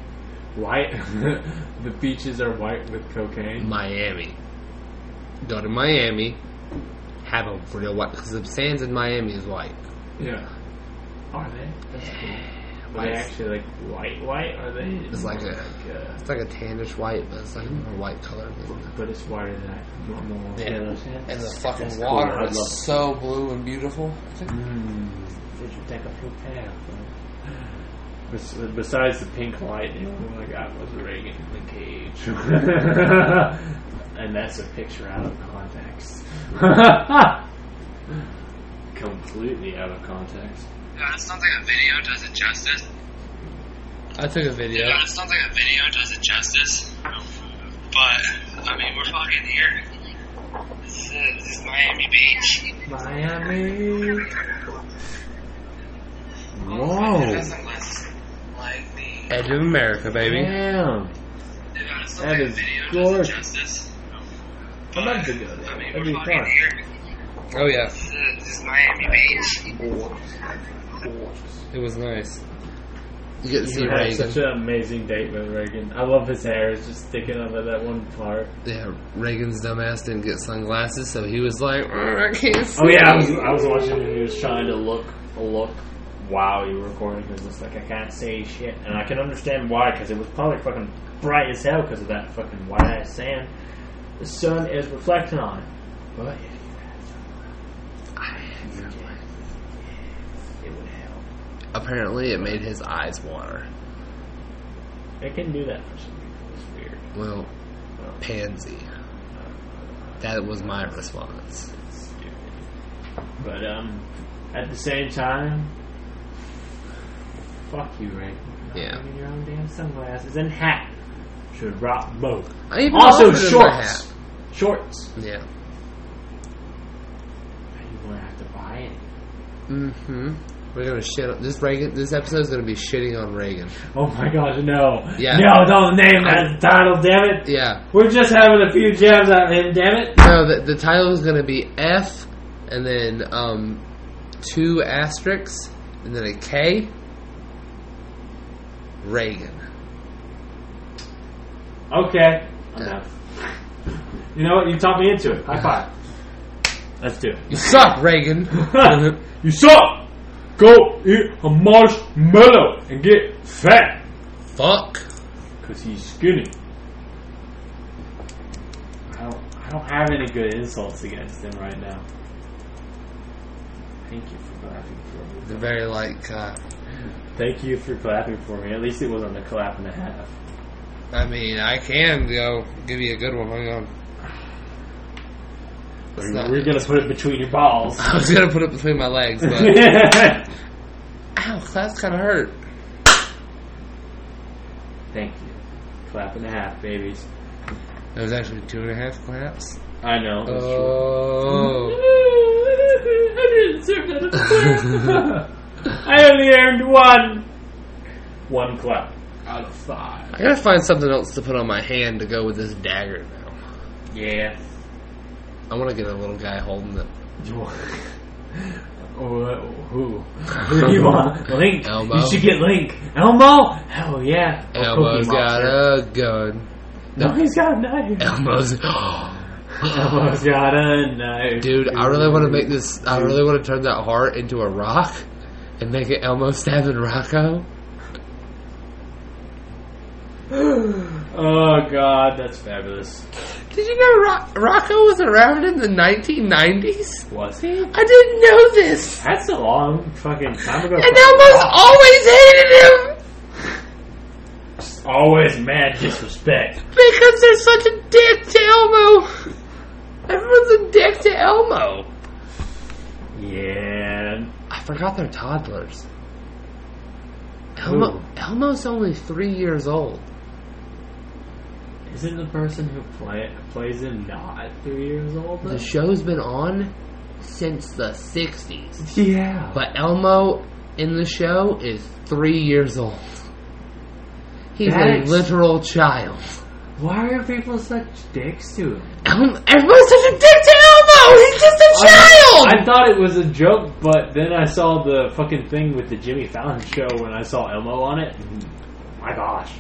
S2: White. the beaches are white with cocaine.
S1: Miami. Go to Miami, have a real white, because the sands in Miami is white.
S2: Yeah. Are they? That's cool. Are they actually like white, white? Are they?
S1: It's like a-
S2: uh,
S1: It's like a tannish white, but it's like a more white color. Than that.
S2: but it's whiter than that normal
S1: Yeah.
S2: Taylor's head.
S1: And the fucking
S2: That's cool.
S1: water
S2: I love
S1: is so blue and beautiful.
S2: Mm, did you take a few path? Bes- Besides the pink light, the only one I got was Reagan in the cage. and that's a picture out of context.
S7: Completely out of context.
S8: Yeah, it's not like a video does it justice.
S1: I took a video.
S8: Yeah, it's not like a video does it justice. But I mean, we're fucking here. This is, this is Miami Beach.
S2: Miami.
S8: It
S2: Whoa.
S8: doesn't look like the.
S1: Edge of America, baby.
S2: Damn.
S8: Yeah, it's not
S2: That
S8: like a
S2: is
S8: video
S2: gorgeous.
S8: does it justice.
S2: I'd
S8: But
S2: love to go there.
S8: I mean,
S2: That'd
S8: we're
S2: be
S8: fucking
S2: fun.
S8: here.
S1: Oh yeah,
S8: This is, this is Miami Beach.
S1: it was nice. You get to see
S2: You had
S1: Reagan.
S2: such an amazing date with Reagan. I love his hair. It's just sticking over that one part.
S1: yeah, Reagan's dumbass didn't get sunglasses, so he was like, "Mm, I can't see.
S2: Oh yeah, I was, I was watching him. He was trying to look, look. Wow, you were recording because it's like I can't say shit, and I can understand why because it was probably fucking bright as hell because of that fucking white ass sand. The sun is reflecting on it, but if you had sunglasses, it would help.
S1: Apparently, it made his eyes water.
S2: It can do that for some people. It's weird.
S1: Well, pansy. That was my response.
S2: stupid. But um, at the same time, fuck you, Ray. Not
S1: Yeah.
S2: Bringing your own damn sunglasses and hat should rock both.
S1: I even
S2: Also
S1: offered him a
S2: shorts. Shorts.
S1: hat. Yeah.
S2: You gonna have to buy it.
S1: Mm-hmm. We're gonna shit. On, this Reagan. This episode's gonna be shitting on Reagan.
S2: Oh my gosh, no.
S1: Yeah.
S2: No, don't name that title, damn it.
S1: Yeah.
S2: We're just having a few jabs at him, damn it.
S1: No, the, the title is going to be F, and then um, two asterisks, and then a K. Reagan.
S2: Okay. I'm done. You know what? You talked me into it. High five. Let's do it.
S1: You suck, Reagan.
S2: you suck. Go eat a marshmallow and get fat.
S1: Fuck.
S2: Cause he's skinny. I don't, I don't have any good insults against him right now. Thank you for clapping for me.
S1: They're very like. Uh,
S2: Thank you for clapping for me. At least it wasn't a clap and a half.
S1: I mean, I can go give you a good one. Hang on. That's not-
S2: We're gonna put it between your balls.
S1: I was gonna put it between my legs, but
S2: Thank
S1: ow, that's kind of hurt.
S2: you. Clap and a half, babies.
S1: That was actually two and a half claps.
S2: I know. That's true.
S1: Oh,
S2: I didn't deserve that. I only earned one. One clap out of five.
S1: I gotta find something else to put on my hand to go with this dagger now.
S2: Yeah.
S1: I want to get a little guy holding it.
S2: Or Oh, who? Who do you want? Link.
S1: Elmo.
S2: You should get Link. Elmo. Hell yeah. Or
S1: Elmo's
S2: Cookie
S1: got
S2: Monster.
S1: a gun.
S2: No, he's got a knife.
S1: Elmo's.
S2: Elmo's got a knife.
S1: Oh Dude, I really want to make this. I really want to turn that heart into a rock and make it Elmo stabbing Rocco.
S2: Oh god, that's fabulous.
S1: Did you know Rock- Rocco was around in the 1990s?
S2: Was he?
S1: I didn't know this.
S2: That's a long fucking time ago.
S1: And Elmo's always hated him
S2: Always mad disrespect.
S1: because they're such a dick to Elmo. Everyone's a dick to Elmo.
S2: Yeah.
S1: I forgot they're toddlers. Elmo, Elmo's only three years old.
S2: Isn't the person who play, plays him not three years old?
S1: The show's been on since the 60s.
S2: yeah.
S1: But Elmo in the show is three years old. He's a
S2: That's-
S1: literal child.
S2: Why are people such dicks to him?
S1: Elmo, everyone's such a dick to Elmo! He's just a child!
S2: I thought it was a joke, but then I saw the fucking thing with the Jimmy Fallon show when I saw Elmo on it. My gosh.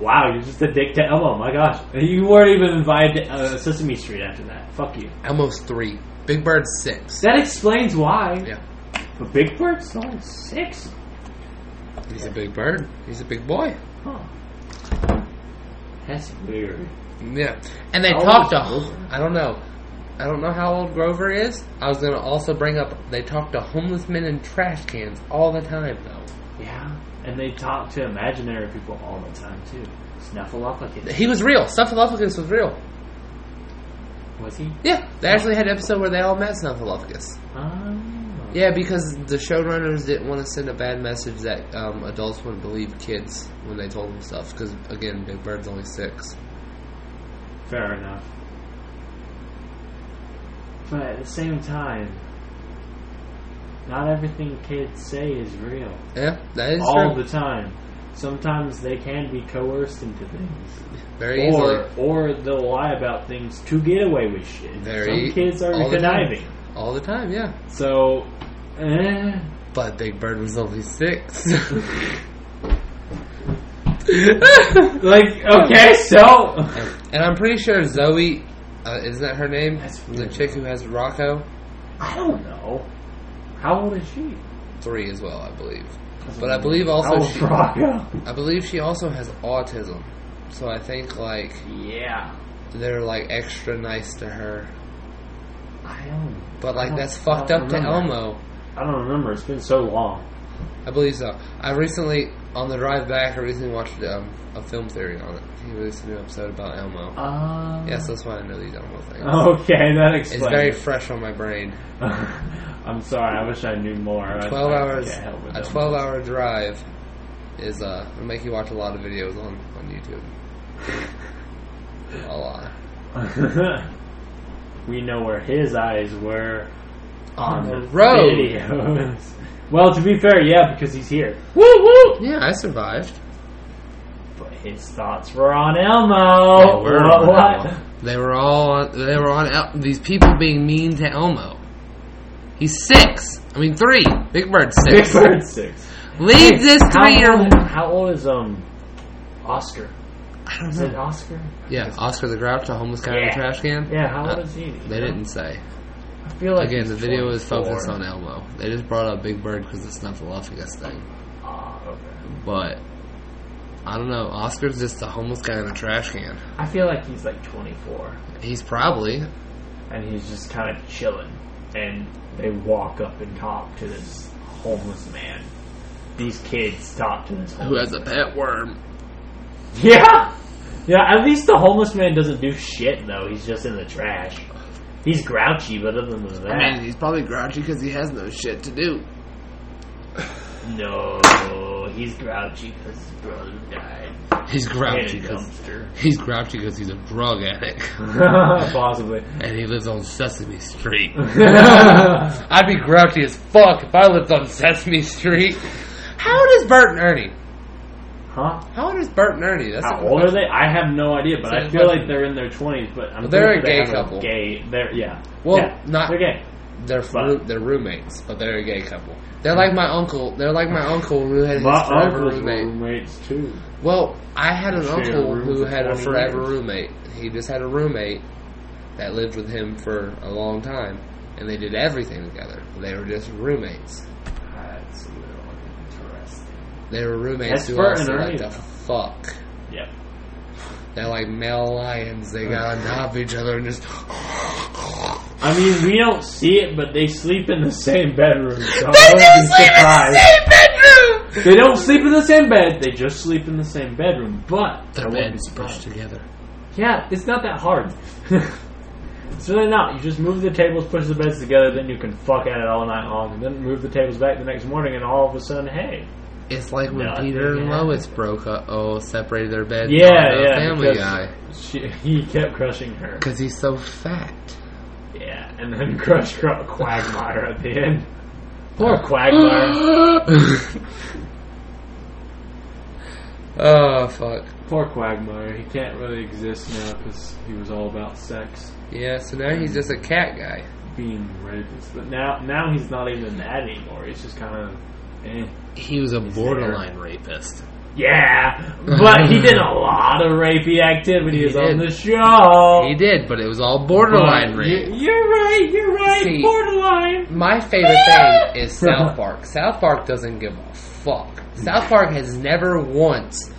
S2: Wow, you're just a dick to Elmo. My gosh. You weren't even invited to uh, Sesame Street after that. Fuck you.
S1: Elmo's three. Big Bird's six.
S2: That explains why.
S1: Yeah.
S2: But Big Bird's only six.
S1: He's a big bird. He's a big boy.
S2: Huh. That's weird.
S1: Yeah. And they
S2: How
S1: talked to.
S2: old is Grover?
S1: I don't know. I don't know how old Grover is. I was gonna also bring up they talk to homeless men in trash cans all the time though.
S2: Yeah. And they talk to imaginary people all the time too. Snuffleupagus.
S1: He was real. Snuffleupagus was real.
S2: Was he?
S1: Yeah, they actually had an episode where they all met Snuffleupagus.
S2: Um,
S1: Yeah, because the showrunners didn't want to send a bad message that um, adults wouldn't believe kids when they told them stuff. Because again, Big Bird's only six.
S2: Fair enough. But at the same time, not everything kids say is real.
S1: Yeah, that is
S2: all
S1: true.
S2: the time. Sometimes they can be coerced into things,
S1: very
S2: or
S1: easily.
S2: or they'll lie about things to get away with shit.
S1: Very-
S2: Some kids are
S1: all the time.
S2: conniving,
S1: All the time, yeah.
S2: so eh,
S1: But Big Bird was only six.
S2: like okay, so
S1: and I'm pretty sure Zoe, uh, isn't that her name?
S2: That's
S1: the
S2: weird.
S1: chick who has Rocco?
S2: I don't know. How old is she?
S1: Three as well, I believe. But I believe also
S2: oh,
S1: she,
S2: Rocco.
S1: I believe she also has autism. So I think like
S2: Yeah,
S1: they're like extra nice to her.
S2: I don't.
S1: But
S2: I
S1: like
S2: don't-
S1: that's
S2: Oh, I
S1: fucked
S2: don't
S1: up to
S2: remember.
S1: Elmo.
S2: I don't remember. It's been so long.
S1: I believe so. I recently, on the drive back, I recently watched um, a film theory on it. He released a new episode about Elmo.
S2: Um,
S1: yes, that's why I know these Elmo things.
S2: Oh. Okay, that
S1: it's
S2: explains.
S1: very fresh on my brain.
S2: I'm sorry. I wish I knew more. I-
S1: Twelve
S2: I
S1: hours,
S2: can't help with
S1: a
S2: them.
S1: twelve-hour drive is uh, it'll make you watch a lot of videos on on YouTube. a lot.
S2: we know where his eyes were on,
S1: the
S2: the,
S1: road.
S2: videos. well, to be fair, yeah, because he's here.
S1: Woo woo! Yeah, I survived.
S2: But his thoughts were on Elmo.
S1: They were on Elmo. They were
S2: what? Oh, what?
S1: all on, they were on El- these people being mean to Elmo. He's six. I mean three. Big Bird's
S2: Big
S1: six.
S2: Bird Six.
S1: Leave this
S2: How
S1: three year
S2: old- How old is um Oscar? Is it Oscar?
S1: Yeah, Oscar the Grouch, the homeless guy in the
S2: Yeah.
S1: trash can.
S2: Yeah. How
S1: Uh,
S2: old is he?
S1: They didn't say.
S2: I feel like
S1: Again,
S2: he's
S1: the video is
S2: 24.
S1: focused on Elmo. They just brought up Big Bird because it's not the Snuffleupagus thing.
S2: Ah, okay.
S1: But I don't know. Oscar's just a homeless guy in a trash can.
S2: I feel like he's like 24.
S1: He's probably
S2: and he's just kind of chilling. And they walk up and talk to this homeless man. These kids talk to this
S1: who
S2: homeless.
S1: has a pet worm.
S2: yeah, yeah. At least the homeless man doesn't do shit though. He's just in the trash. He's grouchy, but other than that,
S1: I mean, he's probably grouchy because he has no shit to do.
S2: no, he's grouchy because his brother died
S1: He's grouchy
S2: in a
S1: because
S2: dumpster.
S1: he's grouchy because he's a drug addict
S2: Possibly.
S1: and he lives on Sesame Street. I'd be grouchy as fuck if I lived on Sesame Street. How old is Bert and Ernie?
S2: huh?
S1: How old is Bert and Ernie? That's a
S2: How
S1: good
S2: old are
S1: question.
S2: they? I have no idea, but
S1: That's a
S2: I
S1: good
S2: feel
S1: question.
S2: like they're in their twenties. But I'm
S1: They're a
S2: pretty sure
S1: gay
S2: they have
S1: couple.
S2: Gay, they're yeah.
S1: Well,
S2: Yeah,
S1: not-
S2: they're gay.
S1: They're fru- they're roommates, but they're a gay couple. They're like my uncle. They're like my uncle who had his
S2: My
S1: forever
S2: uncles were
S1: roommate.
S2: roommates too.
S1: Well, I had an
S2: Shared a
S1: uncle
S2: room
S1: who
S2: for
S1: had a
S2: 20
S1: forever
S2: years.
S1: roommate. He just had a roommate that lived with him for a long time, and they did everything together. They were just roommates.
S2: That's a little interesting.
S1: They were roommates
S2: That's
S1: who
S2: Bert
S1: also
S2: and
S1: like
S2: Ernie,
S1: to
S2: though.
S1: fuck.
S2: Yep.
S1: They're like male lions. They got on top of each other and just.
S2: I mean, we don't see it, but they sleep in the same bedroom. So
S1: They
S2: I
S1: do
S2: wouldn't be
S1: sleep in the
S2: surprised.
S1: same bedroom.
S2: They don't sleep in the same bed. They just sleep in the same bedroom. But I
S1: Their
S2: wouldn't be
S1: beds pushed
S2: surprised.
S1: together.
S2: Yeah, it's not that hard. it's really not. You just move the tables, push the beds together, then you can fuck at it all night long, and then move the tables back the next morning, and all of a sudden, hey,
S1: It's like when
S2: No, I
S1: Peter
S2: think
S1: and
S2: it happened.
S1: Lois broke up. Oh, separated their beds.
S2: Yeah,
S1: on, uh,
S2: yeah,
S1: Family
S2: because-
S1: Guy.
S2: she, he kept crushing her.
S1: Because he's so fat.
S2: Yeah, and then crush Cro- Quagmire at the end. Poor Quagmire.
S1: oh fuck.
S2: Poor Quagmire. He can't really exist now because he was all about sex,
S1: Yeah, so now he's just a cat guy.
S2: being rapist. But now, now he's not even that anymore. He's just kind of, eh.
S1: He was a borderline rapist.
S2: Yeah, but he did a lot of rapey activities
S1: He
S2: on
S1: did.
S2: the show.
S1: He did, but it was all borderline
S2: But
S1: rape.
S2: you- You're right. You're right.
S1: See-
S2: borderline.
S1: My favorite thing is South Park. South Park doesn't give a fuck. South Park has never once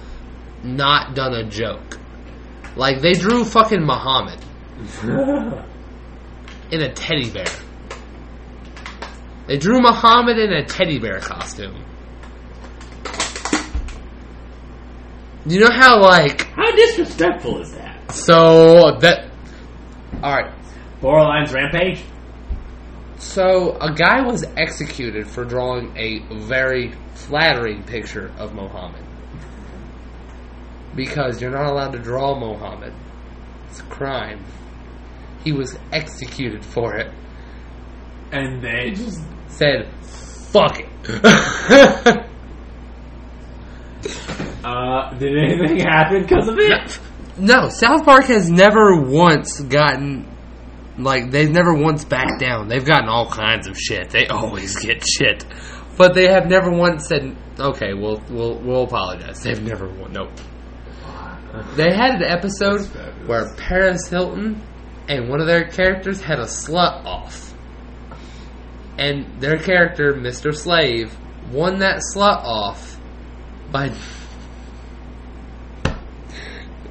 S1: not done a joke. Like they drew fucking Muhammad in a teddy bear. They drew Muhammad in a teddy bear costume. You know how like
S2: How disrespectful is that?
S1: so that all right.
S2: Borderline's rampage.
S1: So a guy was executed for drawing a very flattering picture of Mohammed. Because you're not allowed to draw Mohammed. It's a crime. He was executed for it.
S2: And they just
S1: Said, fuck it.
S2: uh, did anything happen because of it?
S1: no, South Park has never once gotten like they've never once backed down. They've gotten all kinds of shit. They always get shit, but they have never once said, "Okay, we'll we'll we'll apologize." They've never won. Nope. They had an episode
S9: fabulous.
S1: where Paris Hilton and one of their characters had a slut off, and their character Mr. Slave won that slut off by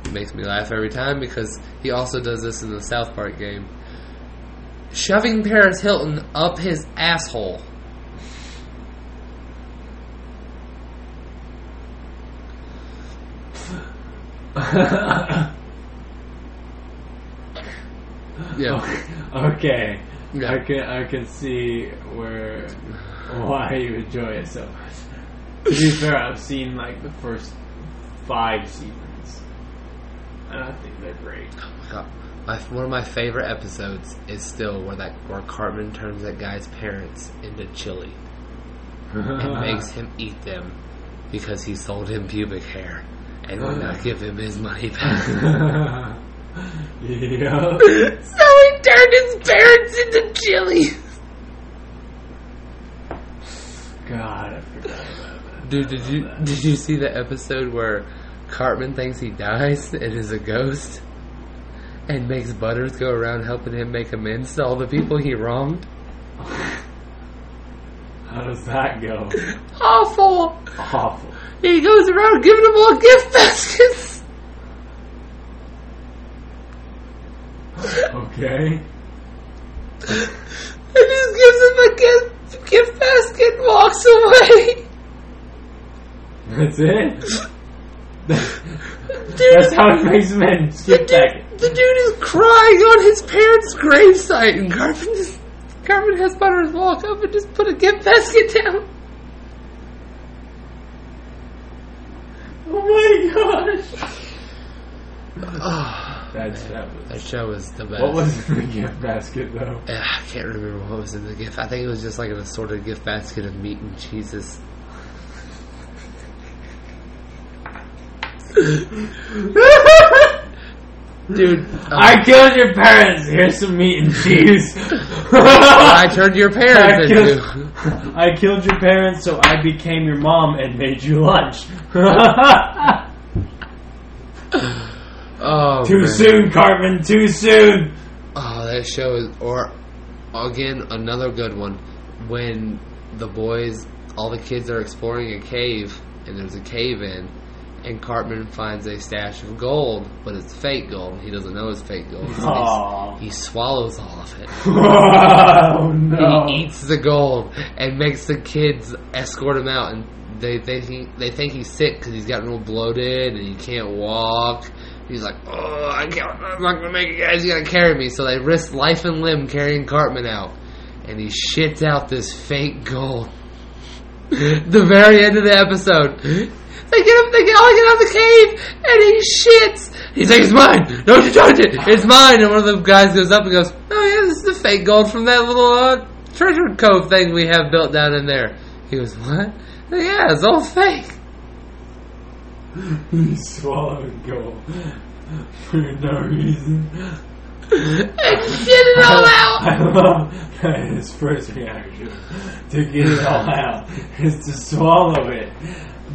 S1: it makes me laugh every time because he also does this in the South Park game. Shoving Paris Hilton up his asshole. yeah.
S2: okay.
S1: Yeah.
S2: I can I can see where why you enjoy it so much. To be fair, I've seen like the first five seasons, and I think they're great.
S1: God. My, one of my favorite episodes is still where that where Cartman turns that guy's parents into chili
S2: Uh-huh.
S1: and makes him eat them because he sold him pubic hair and would not give him his money back.
S2: yeah.
S1: so he turned his parents into chili.
S2: God, I forgot about that.
S1: Dude, did you did you see the episode where Cartman thinks he dies and is a ghost, and makes Butters go around helping him make amends to all the people he wronged?
S2: How does that go?
S1: Awful.
S2: Awful.
S1: He goes around giving them all gift baskets.
S2: Okay.
S1: And just gives him a gift gift basket and walks away.
S2: That's it.
S1: Dude,
S2: That's how it makes men skip back.
S1: the dude is crying on his parents' gravesite, and Cartman just Cartman has Butters walk up and just put a gift basket down.
S2: Oh my gosh. That's
S1: That
S2: fabulous.
S1: show is the best.
S2: What was in the gift basket though?
S1: Uh, I can't remember what was in the gift. I think it was just like an assorted gift basket of meat and cheeses. Dude, uh,
S2: I killed your parents. Here's some meat and cheese.
S1: I turned your
S2: I
S1: parents into.
S2: killed, I killed your parents, so I became your mom and made you lunch.
S1: Oh,
S2: Too
S1: man.
S2: soon, Cartman. Too soon.
S1: Oh, that show is. Or, again, another good one. When the boys, all the kids are exploring a cave, and there's a cave in, and Cartman finds a stash of gold, but it's fake gold. He doesn't know it's fake gold. so he's-
S2: Aw.
S1: He swallows all of it.
S2: Oh no.
S1: He eats the gold and makes the kids escort him out, and they think he they think he's sick because he's gotten real bloated and he can't walk. He's like, oh, I can't, I'm not gonna make it, guys. You gotta carry me. So they risk life and limb carrying Cartman out, and he shits out this fake gold. the very end of the episode, they get up, they get all get out of the cave, and he shits. He's like, it's mine. Don't you touch it. It's mine. And one of the guys goes up and goes, oh yeah, this is the fake gold from that little uh, treasure cove thing we have built down in there. He goes, what? Yeah, it's all fake.
S2: He swallowed gold for no reason.
S1: And he shit it all out.
S2: I love that his first reaction to get it all out is to swallow it.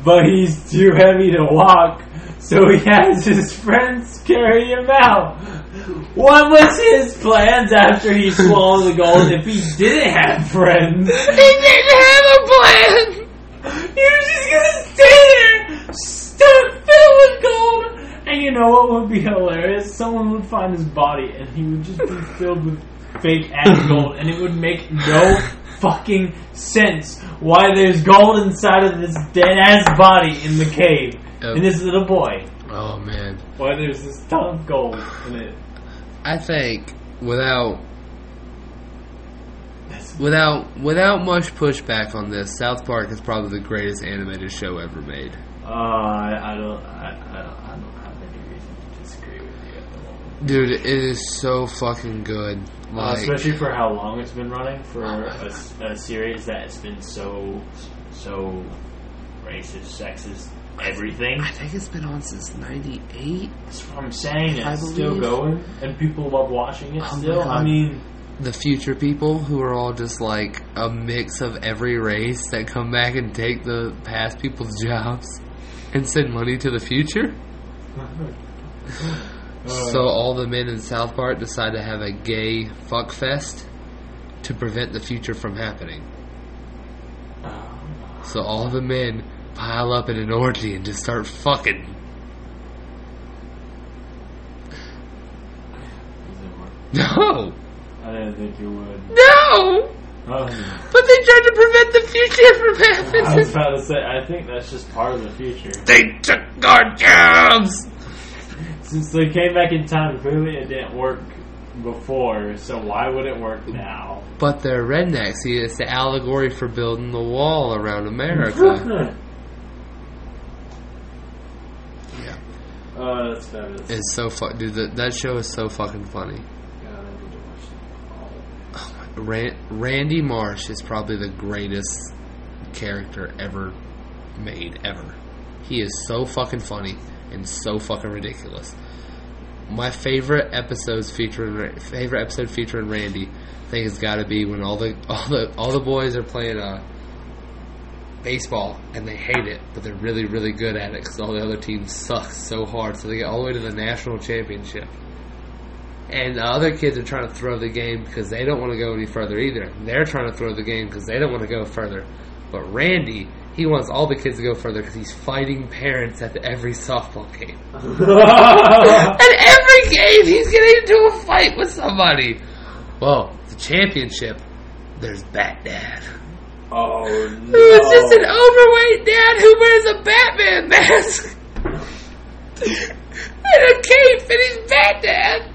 S2: But he's too heavy to walk, so he has his friends carry him out. What was his plans after he swallowed the gold if he didn't have friends?
S1: He didn't have a plan.
S2: You're just gonna know what would be hilarious? Someone would find his body and he would just be filled with fake ass gold, and it would make no fucking sense why there's gold inside of this dead ass body in the cave.
S1: Oh.
S2: In this little boy,
S1: Oh man,
S2: why there's this ton of gold in it?
S1: I think without without without much pushback on this, South Park is probably the greatest animated show ever made.
S2: Uh, I, I don't, I, I don't, I don't have any reason to disagree with you at the moment.
S1: Dude, it is so fucking good.
S2: Uh,
S1: Like,
S2: especially for how long it's been running for a, s- a series that's been so, so racist, sexist, everything.
S1: I think it's been on since '98.
S2: That's what I'm saying.
S1: I
S2: It's still
S1: believe-
S2: going, and people love watching it
S1: Oh my
S2: still. I
S1: God.
S2: mean,
S1: The future people who are all just like a mix of every race that come back and take the past people's jobs and send money to the future.
S2: Uh,
S1: So all the men in South Park decide to have a gay fuck fest to prevent the future from happening.
S2: oh,
S1: So all the men pile up in an orgy and just start fucking. No!
S2: I didn't think you would.
S1: No!
S2: Um,
S1: But they tried to prevent the future from
S2: I was
S1: happening!
S2: about to say, I think that's just part of the future.
S1: They took our jobs!
S2: Since they came back in time, clearly it didn't work before, so why would it work now?
S1: But they're rednecks. See, it's the allegory for building the wall around America. yeah.
S2: Oh, that's fabulous.
S1: It's so fun. Dude, that, that show is so fucking funny.
S7: God, I need to watch that. All of it.
S1: Ran- Randy Marsh is probably the greatest character ever made, ever. He is so fucking funny and so fucking ridiculous. My favorite episodes featuring Ra- favorite episode featuring Randy, I think has got to be when all the all the all the boys are playing uh, baseball and they hate it, but they're really really good at it because all the other teams suck so hard, so they get all the way to the national championship and the other kids are trying to throw the game because they don't want to go any further either. They're trying to throw the game because they don't want to go further. But Randy, he wants all the kids to go further because he's fighting parents at every softball game. At every game, he's getting into a fight with somebody. Well, the championship, there's Bat Dad,
S2: oh
S1: who is just an overweight dad who wears a Batman mask and a cape, and he's Bat Dad.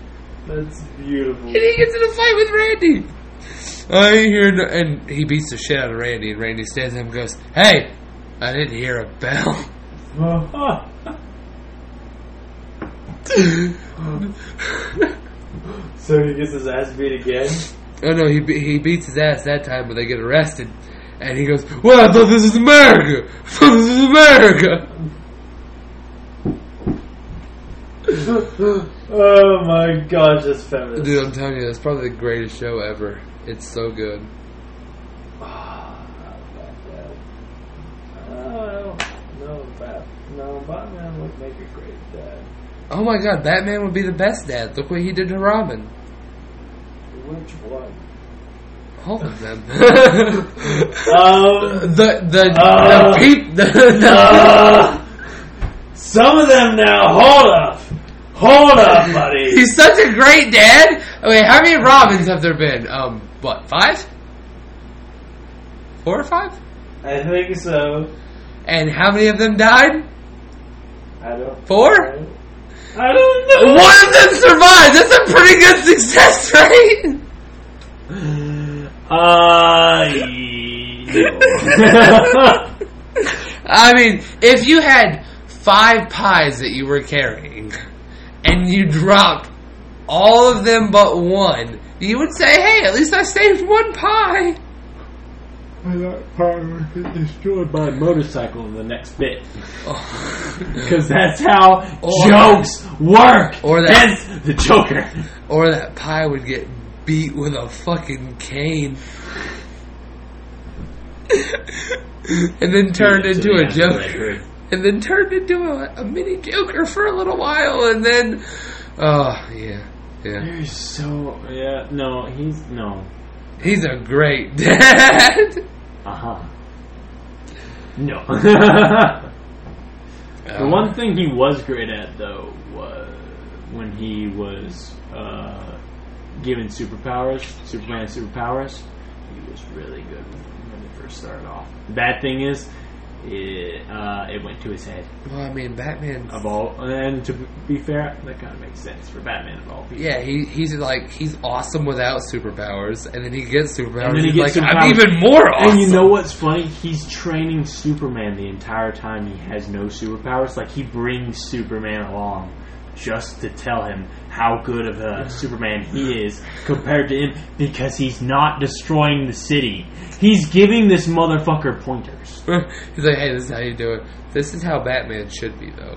S2: that's beautiful.
S1: And he gets in a fight with Randy. I ain't hear no, and he beats the shit out of Randy, and Randy stands up and goes, "Hey, I didn't hear a bell."
S2: so he gets his ass beat again.
S1: Oh no, he be- he beats his ass that time, but they get arrested, and he goes, "Well, I thought this was America. I thought this was America."
S2: Oh my god, just feminist.
S1: Dude, I'm telling you, that's probably the greatest show ever. It's so good.
S2: Ah, Oh, no, Bat, no, Batman would make a great dad.
S1: Oh my god, Batman would be the best dad. Look what he did to Robin.
S2: Which one?
S1: All of them. the
S2: Um,
S1: the
S2: Uh.
S1: the, peep, the, the
S2: uh, some of them now. Hold up, hold up, buddy.
S1: He's such a great dad. Wait, how many Robins have there been? Um, what five? Four or five?
S2: I think so.
S1: And how many of them died?
S2: I don't.
S1: Four.
S2: I don't know.
S1: One of them survived. That's a pretty good success rate.
S2: Uh, yeah.
S1: I mean, if you had five pies that you were carrying, and you dropped all of them but one, you would say, "Hey, at least I saved one pie."
S2: that partner get destroyed by a motorcycle in the next bit.
S1: Oh.
S2: Because that's how
S1: Or-
S2: jokes work.
S1: Or that-
S2: that's the Joker.
S1: Or that pie would get beat with a fucking cane. and then turned
S2: Dude,
S1: into
S2: so
S1: a
S2: yeah, that's
S1: joker.
S2: what I heard.
S1: And then turned into a, a mini joker for a little while, and then. Oh, yeah. Yeah.
S2: There's so yeah. No, he's no.
S1: He's a great dad.
S2: Uh huh. No.
S1: Uh-huh.
S2: The one thing he was great at, though, was when he was uh, given superpowers, Superman superpowers. He was really good when he first started off. The bad thing is, it, uh, it went to his head.
S1: Well, I mean, Batman.
S2: Of all, and to be fair, that kind of makes sense for Batman of all people.
S1: Yeah, he, he's like he's awesome without superpowers, and then he gets superpowers.
S2: And then he
S1: he's
S2: gets
S1: like,
S2: superpowers.
S1: I'm even more awesome.
S2: And you know what's funny? He's training Superman the entire time he has no superpowers. Like he brings Superman along just to tell him how good of a Superman he is compared to him because he's not destroying the city. He's giving this motherfucker pointers.
S1: he's like, hey, this is how you do it. This is how Batman should be, though.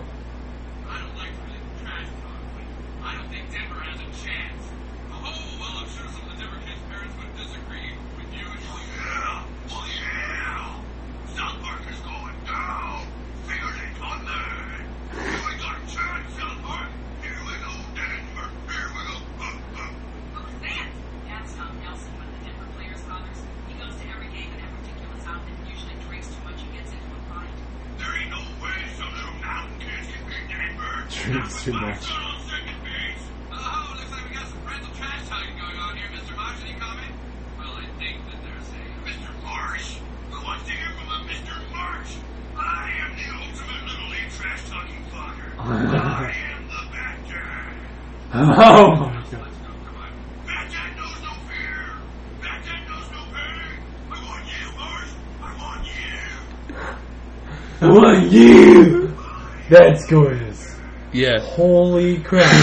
S8: I don't like really trash talk, but I don't think Denver has a chance. Oh, well, I'm sure some of the Denver kids' parents would disagree with you. And oh, yeah. Well, yeah. South Park is going down. Figured it on there. You ain't got a chance, South Park. Here we go, Denver. Here we go. Uh, uh.
S9: Look at that! That's Tom Nelson, one of the Denver players' fathers. He goes to every game and every ridiculous outfit and usually drinks too much and gets into a fight.
S8: There ain't no way some little mountain kids can beat Denver.
S2: Drinks too much.
S8: Oh, looks like we got some friendly trash talking going on here, Mr. Marsh. Any comment? Well, I think that there's a Mr. Marsh. Who wants to hear from a Mr. Marsh? I am the ultimate little league trash talking fucker. I am the bad guy.
S2: Oh my god.
S8: Let's go, come on. Bad guy knows no fear. Bad guy knows no panic. I want you, Marsh. I want you.
S2: I want you! That's gorgeous.
S1: Yeah,
S2: Holy crap.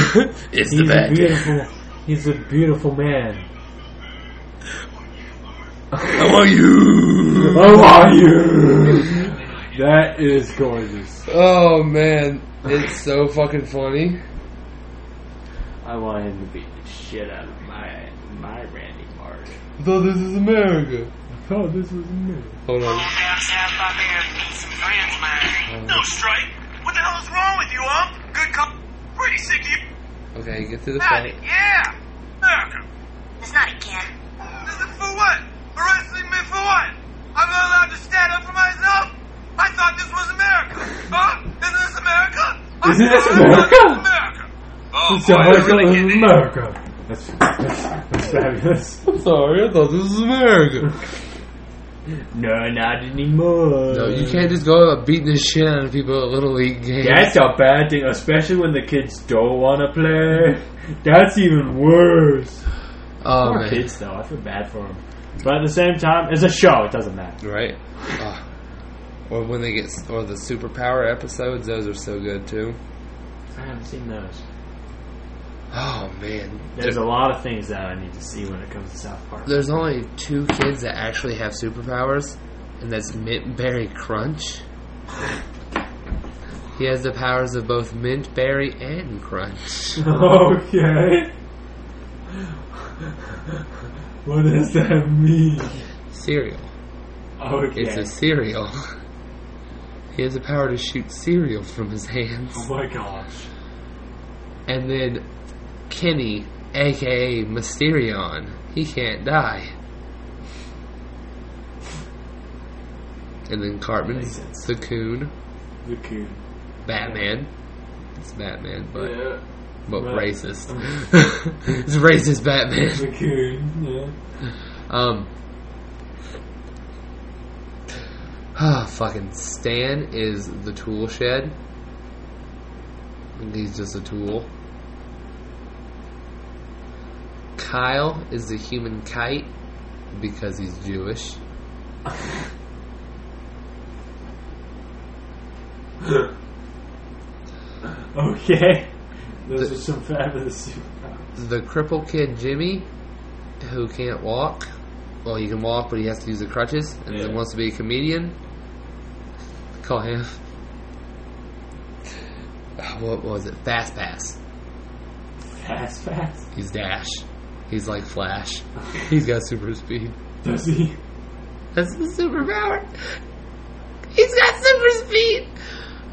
S1: it's
S2: He's
S1: the
S2: a
S1: Batman.
S2: beautiful he's a beautiful man.
S1: How are you?
S2: How are you? That is gorgeous.
S1: Oh man, it's so fucking funny.
S2: I want him to beat the shit out of my my Randy Marsh.
S1: I thought this is America.
S2: Oh, this was new.
S1: Hold on.
S5: No, Stripe. What the hell is wrong with you, huh? Good cop. Pretty sick of you.
S1: Okay, get to the
S5: Got
S1: fight.
S5: it, yeah. America.
S6: It's not again.
S5: This is for what? Arresting me for what? I'm not allowed to stand up for myself? I thought this was America. Huh? Isn't this America? I
S2: Isn't this America?
S5: thought I thought was America.
S10: Oh,
S2: It's
S10: boy, I really
S2: America,
S10: get it.
S2: America. That's, that's, that's fabulous.
S1: I'm sorry, I thought this was America.
S2: No, not anymore.
S1: No, you can't just go up beating the shit out of people at Little League games.
S2: That's a bad thing, especially when the kids don't want to play. That's even worse.
S1: oh
S2: Poor
S1: man,
S2: kids, though. I feel bad for them. But at the same time, it's a show. It doesn't matter.
S1: right? Ah. Or when they get s- or the superpower episodes, those are so good too.
S2: I haven't seen those.
S1: Oh man,
S2: There's a lot of things that I need to see when it comes to South Park.
S1: there's only two kids that actually have superpowers, and that's Mint Berry Crunch. He has the powers of both Mint Berry and Crunch.
S2: Okay. What does that mean?
S1: Cereal.
S2: Okay.
S1: It's a cereal. He has the power to shoot cereal from his hands.
S2: oh my gosh.
S1: And then Kenny, aka Mysterion, he can't die. And then Cartman,
S2: Makes sense.
S1: the coon,
S2: The coon.
S1: Batman. It's Batman, but
S2: yeah.
S1: but
S2: Right.
S1: racist. it's racist Batman.
S2: The coon. Yeah.
S1: Um. Ah, fucking Stan is the tool shed. And he's just a tool. Kyle is the human kite because he's Jewish.
S2: Okay. Oh, Those
S1: The-
S2: are some fabulous superpowers.
S1: The cripple kid Jimmy, who can't walk. Well, he can walk, but he has to use the crutches, and
S2: Yeah.
S1: then wants to be a comedian. Call him. Ah, What was it? Fast Pass.
S2: Fast, fast.
S1: He's Dash. He's like Flash. He's got super speed.
S2: Does he?
S1: That's the superpower. He's got super speed.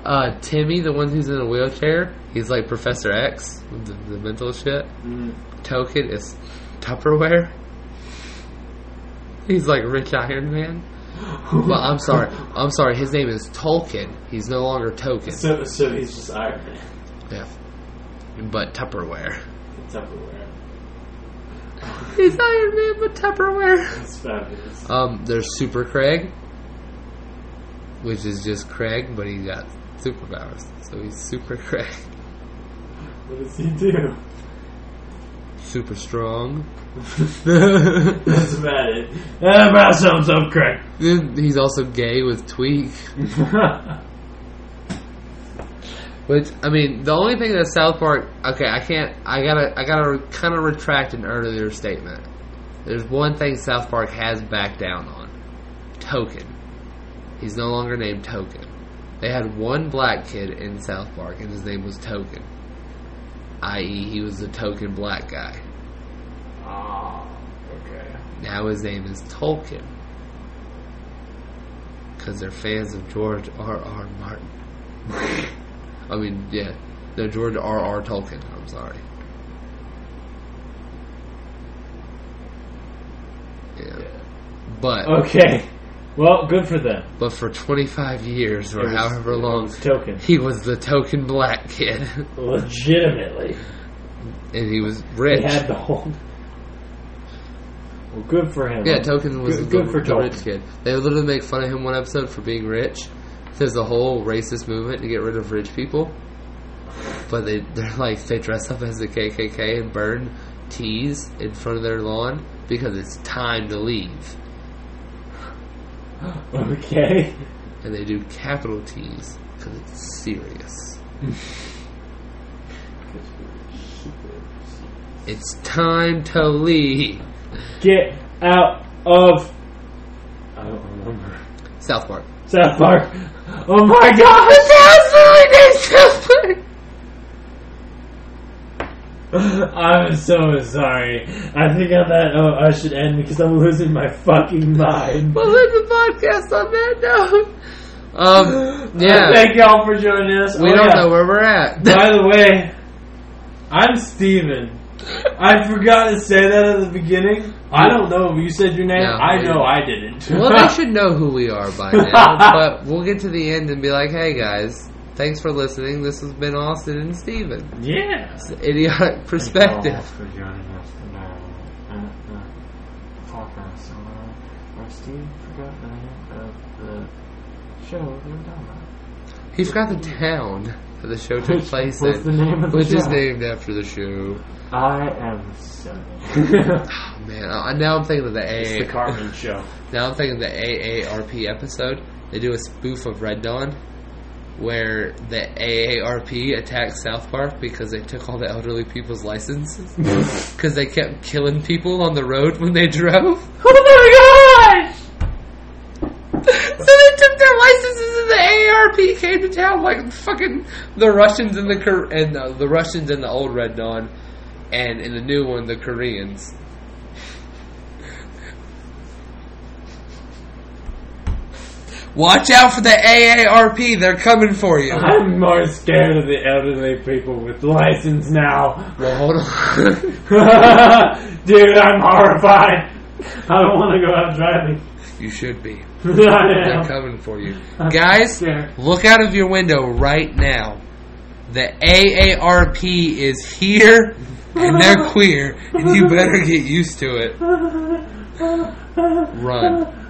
S1: Uh, Timmy, the one who's in a wheelchair, he's like Professor X, with the, the mental shit. Token is Tupperware. He's like Rich Iron Man. Well, I'm sorry. I'm sorry. His name is Tolkien. He's no longer Token.
S7: So, so he's just Iron Man.
S1: Yeah. But Tupperware.
S7: It's everywhere.
S1: He's Iron Man, but Tupperware.
S7: It's fabulous.
S1: Um, there's Super Craig, which is just Craig, but he got superpowers, so he's Super Craig.
S7: What does he do?
S1: Super strong.
S7: That's about it.
S2: Ah,
S7: That about sums up correct.
S1: he's also gay with Tweak. Which I mean, the only thing that South Park. Okay, I can't. I gotta. I gotta kind of retract an earlier statement. There's one thing South Park has backed down on. Token. He's no longer named Token. They had one black kid in South Park, and his name was Token. I.e., he was the token black guy.
S2: Ah, okay.
S1: Now his name is Tolkien. Because they're fans of George R. R. Martin. I mean, yeah. No, George R. R. Tolkien. I'm sorry. Yeah. But
S2: Okay. Well, good for them.
S1: but for 25 years or
S2: It was-
S1: however
S2: it
S1: long,
S2: was token.
S1: he was the token black kid,
S2: Legitimately.
S1: and he was
S2: He
S1: rich.
S2: had the whole. Well, good for him.
S1: Yeah, Token was
S2: Good-
S1: the,
S2: good for
S1: the rich
S2: Tolkien.
S1: kid. They literally make fun of him one episode for being rich. There's a whole racist movement to get rid of rich people, but they they're like they dress up as the KKK and burn teas in front of their lawn because it's time to leave,
S2: Okay.
S1: and they do capital T's because it's serious. It's time to leave.
S2: Get out of. I don't remember.
S1: South Park.
S2: South Park. Oh my god! I'm so sorry. I think on that note, I should end because I'm losing my fucking mind.
S1: We'll end the podcast on that note. Um, yeah.
S2: Thank y'all for joining us.
S1: we
S2: Oh,
S1: don't
S2: yeah.
S1: know where we're at.
S2: By the way, I'm Steven. I forgot to say that at the beginning. I don't know if you said your name.
S1: No,
S2: I know
S1: you-
S2: I didn't.
S1: well, they should know who we are by now. But we'll get to the end and be like, hey guys, thanks for listening. This has been Austin and Steven.
S2: yeah.
S1: It's an idiotic
S7: Thank
S1: perspective.
S7: you all for joining us tonight. And, uh, podcast online where Steve forgot the name of the show they were talking about.
S1: He forgot the town that the show took
S7: Which
S1: place
S7: was the
S1: in,
S7: name of the
S1: which
S7: show.
S1: is named after the show.
S7: I am so.
S1: Oh, man, I, now I'm thinking of the AA.
S2: It's the Carmen show.
S1: Now I'm thinking of the AARP episode. They do a spoof of Red Dawn where the AARP attacks South Park because they took all the elderly people's licenses because they kept killing people on the road when they drove. Oh my gosh! so they took their licenses and the AARP came to town like fucking the Russians and the Kor- and the, the Russians and the old Red Dawn and in the new one the Koreans. Watch out for the AARP, they're coming for you.
S2: I'm more scared of the elderly people with license now.
S1: Well, hold on.
S2: Dude, I'm horrified. I don't want to go out driving.
S1: you should be. They're
S2: I am.
S1: coming for you.
S2: I'm
S1: Guys,
S2: scared.
S1: look out of your window right now. The AARP is here, and they're queer, and you better get used to it. Run.